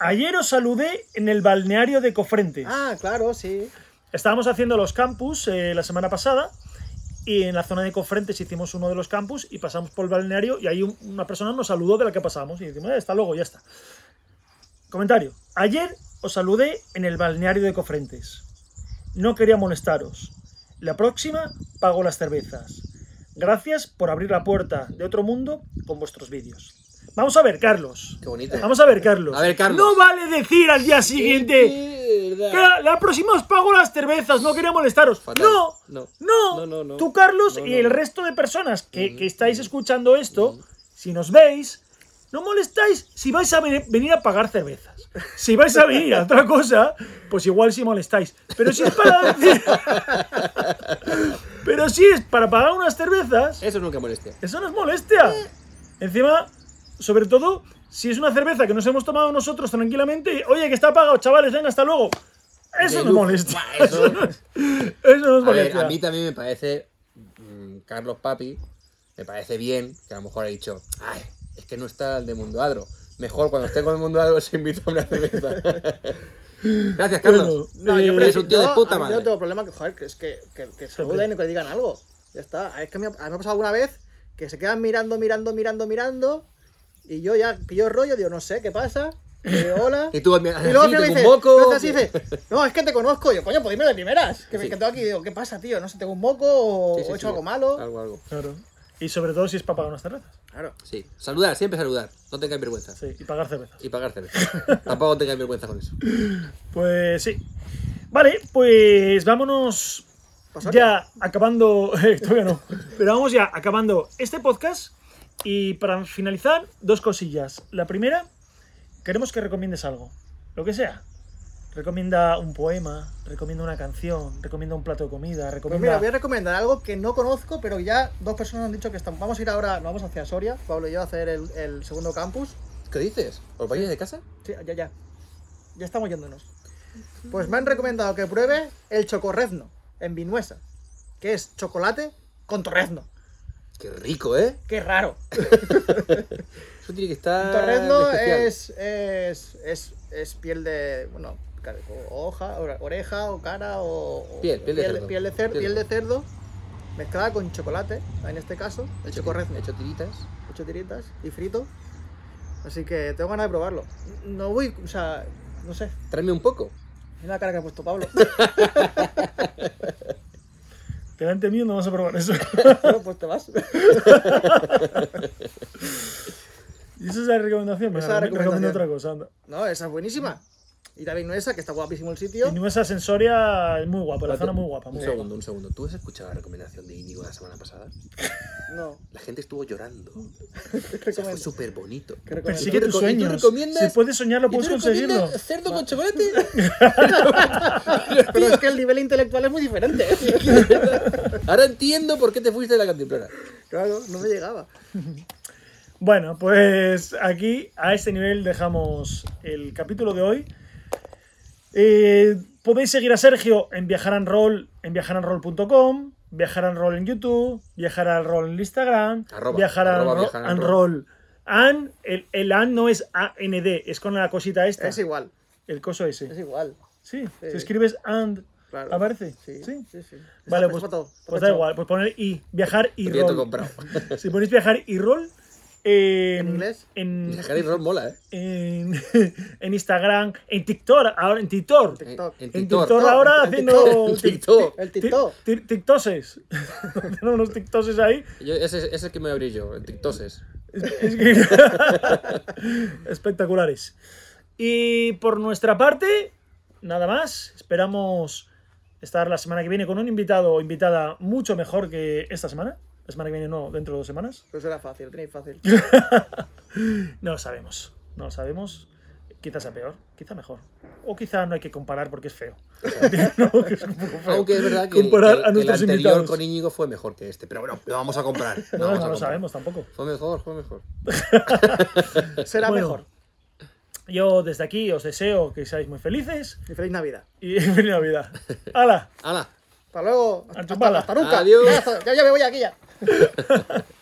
B: Ayer os saludé en el balneario de Cofrentes.
D: Ah, claro, sí.
B: Estábamos haciendo los campus eh, la semana pasada y en la zona de Cofrentes hicimos uno de los campus y pasamos por el balneario y ahí un- una persona nos saludó de la que pasamos y decimos, está luego, ya está. Comentario. Ayer os saludé en el balneario de Cofrentes. No quería molestaros. La próxima pago las cervezas. Gracias por abrir la puerta de otro mundo con vuestros vídeos. Vamos a ver, Carlos.
C: Qué bonito.
B: Vamos a ver, Carlos.
C: A ver, Carlos.
B: No vale decir al día siguiente.
C: Mierda.
B: Claro, la próxima os pago las cervezas, no quería molestaros.
C: Fatal.
B: No, no, no,
C: No. No, no, no.
B: Tú, Carlos,
C: No,
B: y
C: no,
B: el
C: no.
B: resto de personas que, que estáis escuchando esto, si nos veis, no molestáis si vais a ven- venir a pagar cervezas. Si vais a venir a otra cosa, pues igual si molestáis. Pero si es para decir- Pero si es para pagar unas cervezas,
C: Eso nunca molestia.
B: eso nos molestia. Encima, sobre todo, si es una cerveza que nos hemos tomado nosotros tranquilamente, y, oye, que está pagado, chavales, venga, hasta luego. Eso
C: De
B: nos
C: lujo.
B: molesta.
C: Buah,
B: Eso,
C: eso-
B: nos- eso nos
C: A ver,
B: molesta.
C: a mí también me parece, mm, Carlos Papi, me parece bien que a lo mejor ha dicho, ay, es que no está el de Mundo Adro. Mejor cuando esté con el Mundo Adro se invita a una cerveza. Gracias, Carlos.
B: Bueno, No, yo
D: eh,
C: Eres
B: prefiero-
C: Eh, un tío de
D: yo-
C: puta
D: a mí
C: madre.
D: Yo no tengo problema que, joder, que, es que, que, que saluden y que digan algo. Ya está. Ah, Es que me, ha- a mí me ha pasado alguna vez que se quedan mirando, mirando, mirando, mirando. Y yo ya pillo el rollo, digo, no sé qué pasa. Y digo, hola.
C: Y tú,
D: Y luego al final me dice,
C: moco.
D: me hace así, dice, no, es que te conozco. Y yo, coño, pues dime de primeras. Que me
C: Sí.
D: quedo aquí y digo, ¿qué pasa, tío? No sé, tengo un moco o
C: Sí, sí,
D: he
C: sí.
D: hecho algo malo.
C: Algo, algo.
B: Claro. Y sobre todo si es para pagar unas cervezas.
D: Claro.
C: Sí. Saludar, siempre saludar. No tengáis vergüenza.
B: Sí, y pagar cervezas.
C: Y pagar cerveza. Tampoco tengáis vergüenza con eso.
B: Pues sí. Vale, pues vámonos
D: Pasoria.
B: ya acabando. eh, todavía no. Pero vamos ya acabando este podcast. Y para finalizar, dos cosillas. La primera, queremos que recomiendes algo. Lo que sea. Recomienda un poema, recomienda una canción, recomienda un plato de comida,
D: Pues mira,
B: recomienda.
D: voy a recomendar algo que no conozco, pero ya dos personas han dicho que están. Vamos a ir ahora, nos vamos hacia Soria, Pablo y yo, a hacer el, el segundo campus.
C: ¿Qué dices? ¿Os vais de casa?
D: Sí, ya, ya. Ya estamos yéndonos. Pues me han recomendado que pruebe el chocorrezno en Vinuesa, que es chocolate con torrezno.
C: Qué rico, ¿eh?
D: ¡Qué raro!
C: Eso tiene que estar.
D: El torrezno
C: Ah, especial.
D: es, es, es, es piel de. Bueno, cara- o hoja, o oreja, o cara, o. o-
C: Piel, piel de cerdo.
D: Piel de, cer-
C: Piel de
D: piel de cerdo mezclada con chocolate, en este caso, el
C: Hecho-
D: chocorrezno.
C: Hecho tiritas.
D: ocho tiritas y frito. Así que tengo ganas de probarlo. No voy, o sea, no sé.
C: Tráeme un poco.
D: Mira la cara que ha puesto Pablo.
B: Delante mío no vas a probar eso.
D: Bueno, pues te vas.
B: y esa es la recomendación. Venga,
D: Esa es
B: recomienda
D: la recomendación.
B: otra cosa, anda.
D: No, esa es buenísima. Y también Nuesa, que está guapísimo el sitio.
B: En esa sensoria es muy guapa, la zona muy guapa.
C: Un
B: Muy guapa.
C: segundo, un segundo. ¿Tú has escuchado la recomendación de Íñigo la semana pasada?
D: No,
C: La gente estuvo llorando. O sea,
D: ¿qué
C: fue
D: recomiendas?
C: súper bonito.
D: ¿Qué recomiendas?
B: Persigue
C: ¿Y tú
B: tus
C: reco- y tú
B: sueños.
C: recomiendas-
B: Si puedes soñarlo, puedes conseguirlo.
C: cerdo con chocolate?
D: Pero es que el nivel intelectual es muy diferente.
C: Ahora entiendo por qué te fuiste de la cantimplora.
D: claro, no me llegaba.
B: Bueno, pues aquí a este nivel dejamos el capítulo de hoy. Eh, podéis seguir a Sergio en viajaranroll en viajaranroll.com, viajaranroll en YouTube, viajaranroll en Instagram,
C: Arroba, arroba
B: viajaranroll.
C: viajaranroll.
B: An, el, el an no es AND, es con la cosita esta,
D: Es igual,
B: el coso
D: es
B: ese.
D: igual.
B: Sí, si
D: Sí.
B: escribes and,
D: Claro.
B: aparece.
D: Sí,
B: Sí.
D: sí, sí. Está-
B: Vale,
D: está
B: pues,
D: foto, está
B: pues da
D: hecho.
B: igual, pues poner y, viajar y
C: Lo siento,
B: roll.
C: comprado.
B: Si ponéis viajar y roll. eh,
D: ¿En inglés?
B: En,
C: Viajar y roll mola, ¿eh?
B: en, en Instagram, en TikTok, ahora en TikTok.
C: En,
D: TikTok.
C: en
B: En
C: TikTok.
B: TikTok ahora
D: en
B: haciendo
C: En TikTok.
D: El
B: ti-
D: TikTok.
B: ti- TikToses. Tenemos unos TikToses ahí.
C: Yo- ese, ese es el que me voy a abrir yo, el TikToses.
B: Es- es que- Espectaculares. Y por nuestra parte, nada más. Esperamos estar la semana que viene con un invitado o invitada mucho mejor que esta semana. La semana que viene no, dentro de dos semanas.
D: Pues era fácil, tenéis fácil.
B: No lo sabemos. No lo sabemos. Quizás sea peor, quizá mejor. O quizá no hay que comparar porque es feo. No, que es un poco feo.
C: Aunque es verdad que el,
B: Comparar
C: el-
B: a
C: el
B: nuestros
C: anterior
B: invitados.
C: con Íñigo fue mejor que este. Pero bueno, lo vamos a comprar. Lo
B: No,
C: vamos
B: no
C: a
B: lo
C: comprar.
B: sabemos tampoco.
C: Fue mejor, fue mejor.
D: Será
B: Bueno,
D: mejor.
B: Yo desde aquí os deseo que seáis muy felices
D: Y feliz Navidad.
B: y feliz Navidad. ¡Hala!
C: ¡Hala!
D: Hasta luego.
B: chupala.
D: Hasta, hasta nunca.
C: Adiós.
D: Ya, ya me voy aquí ya.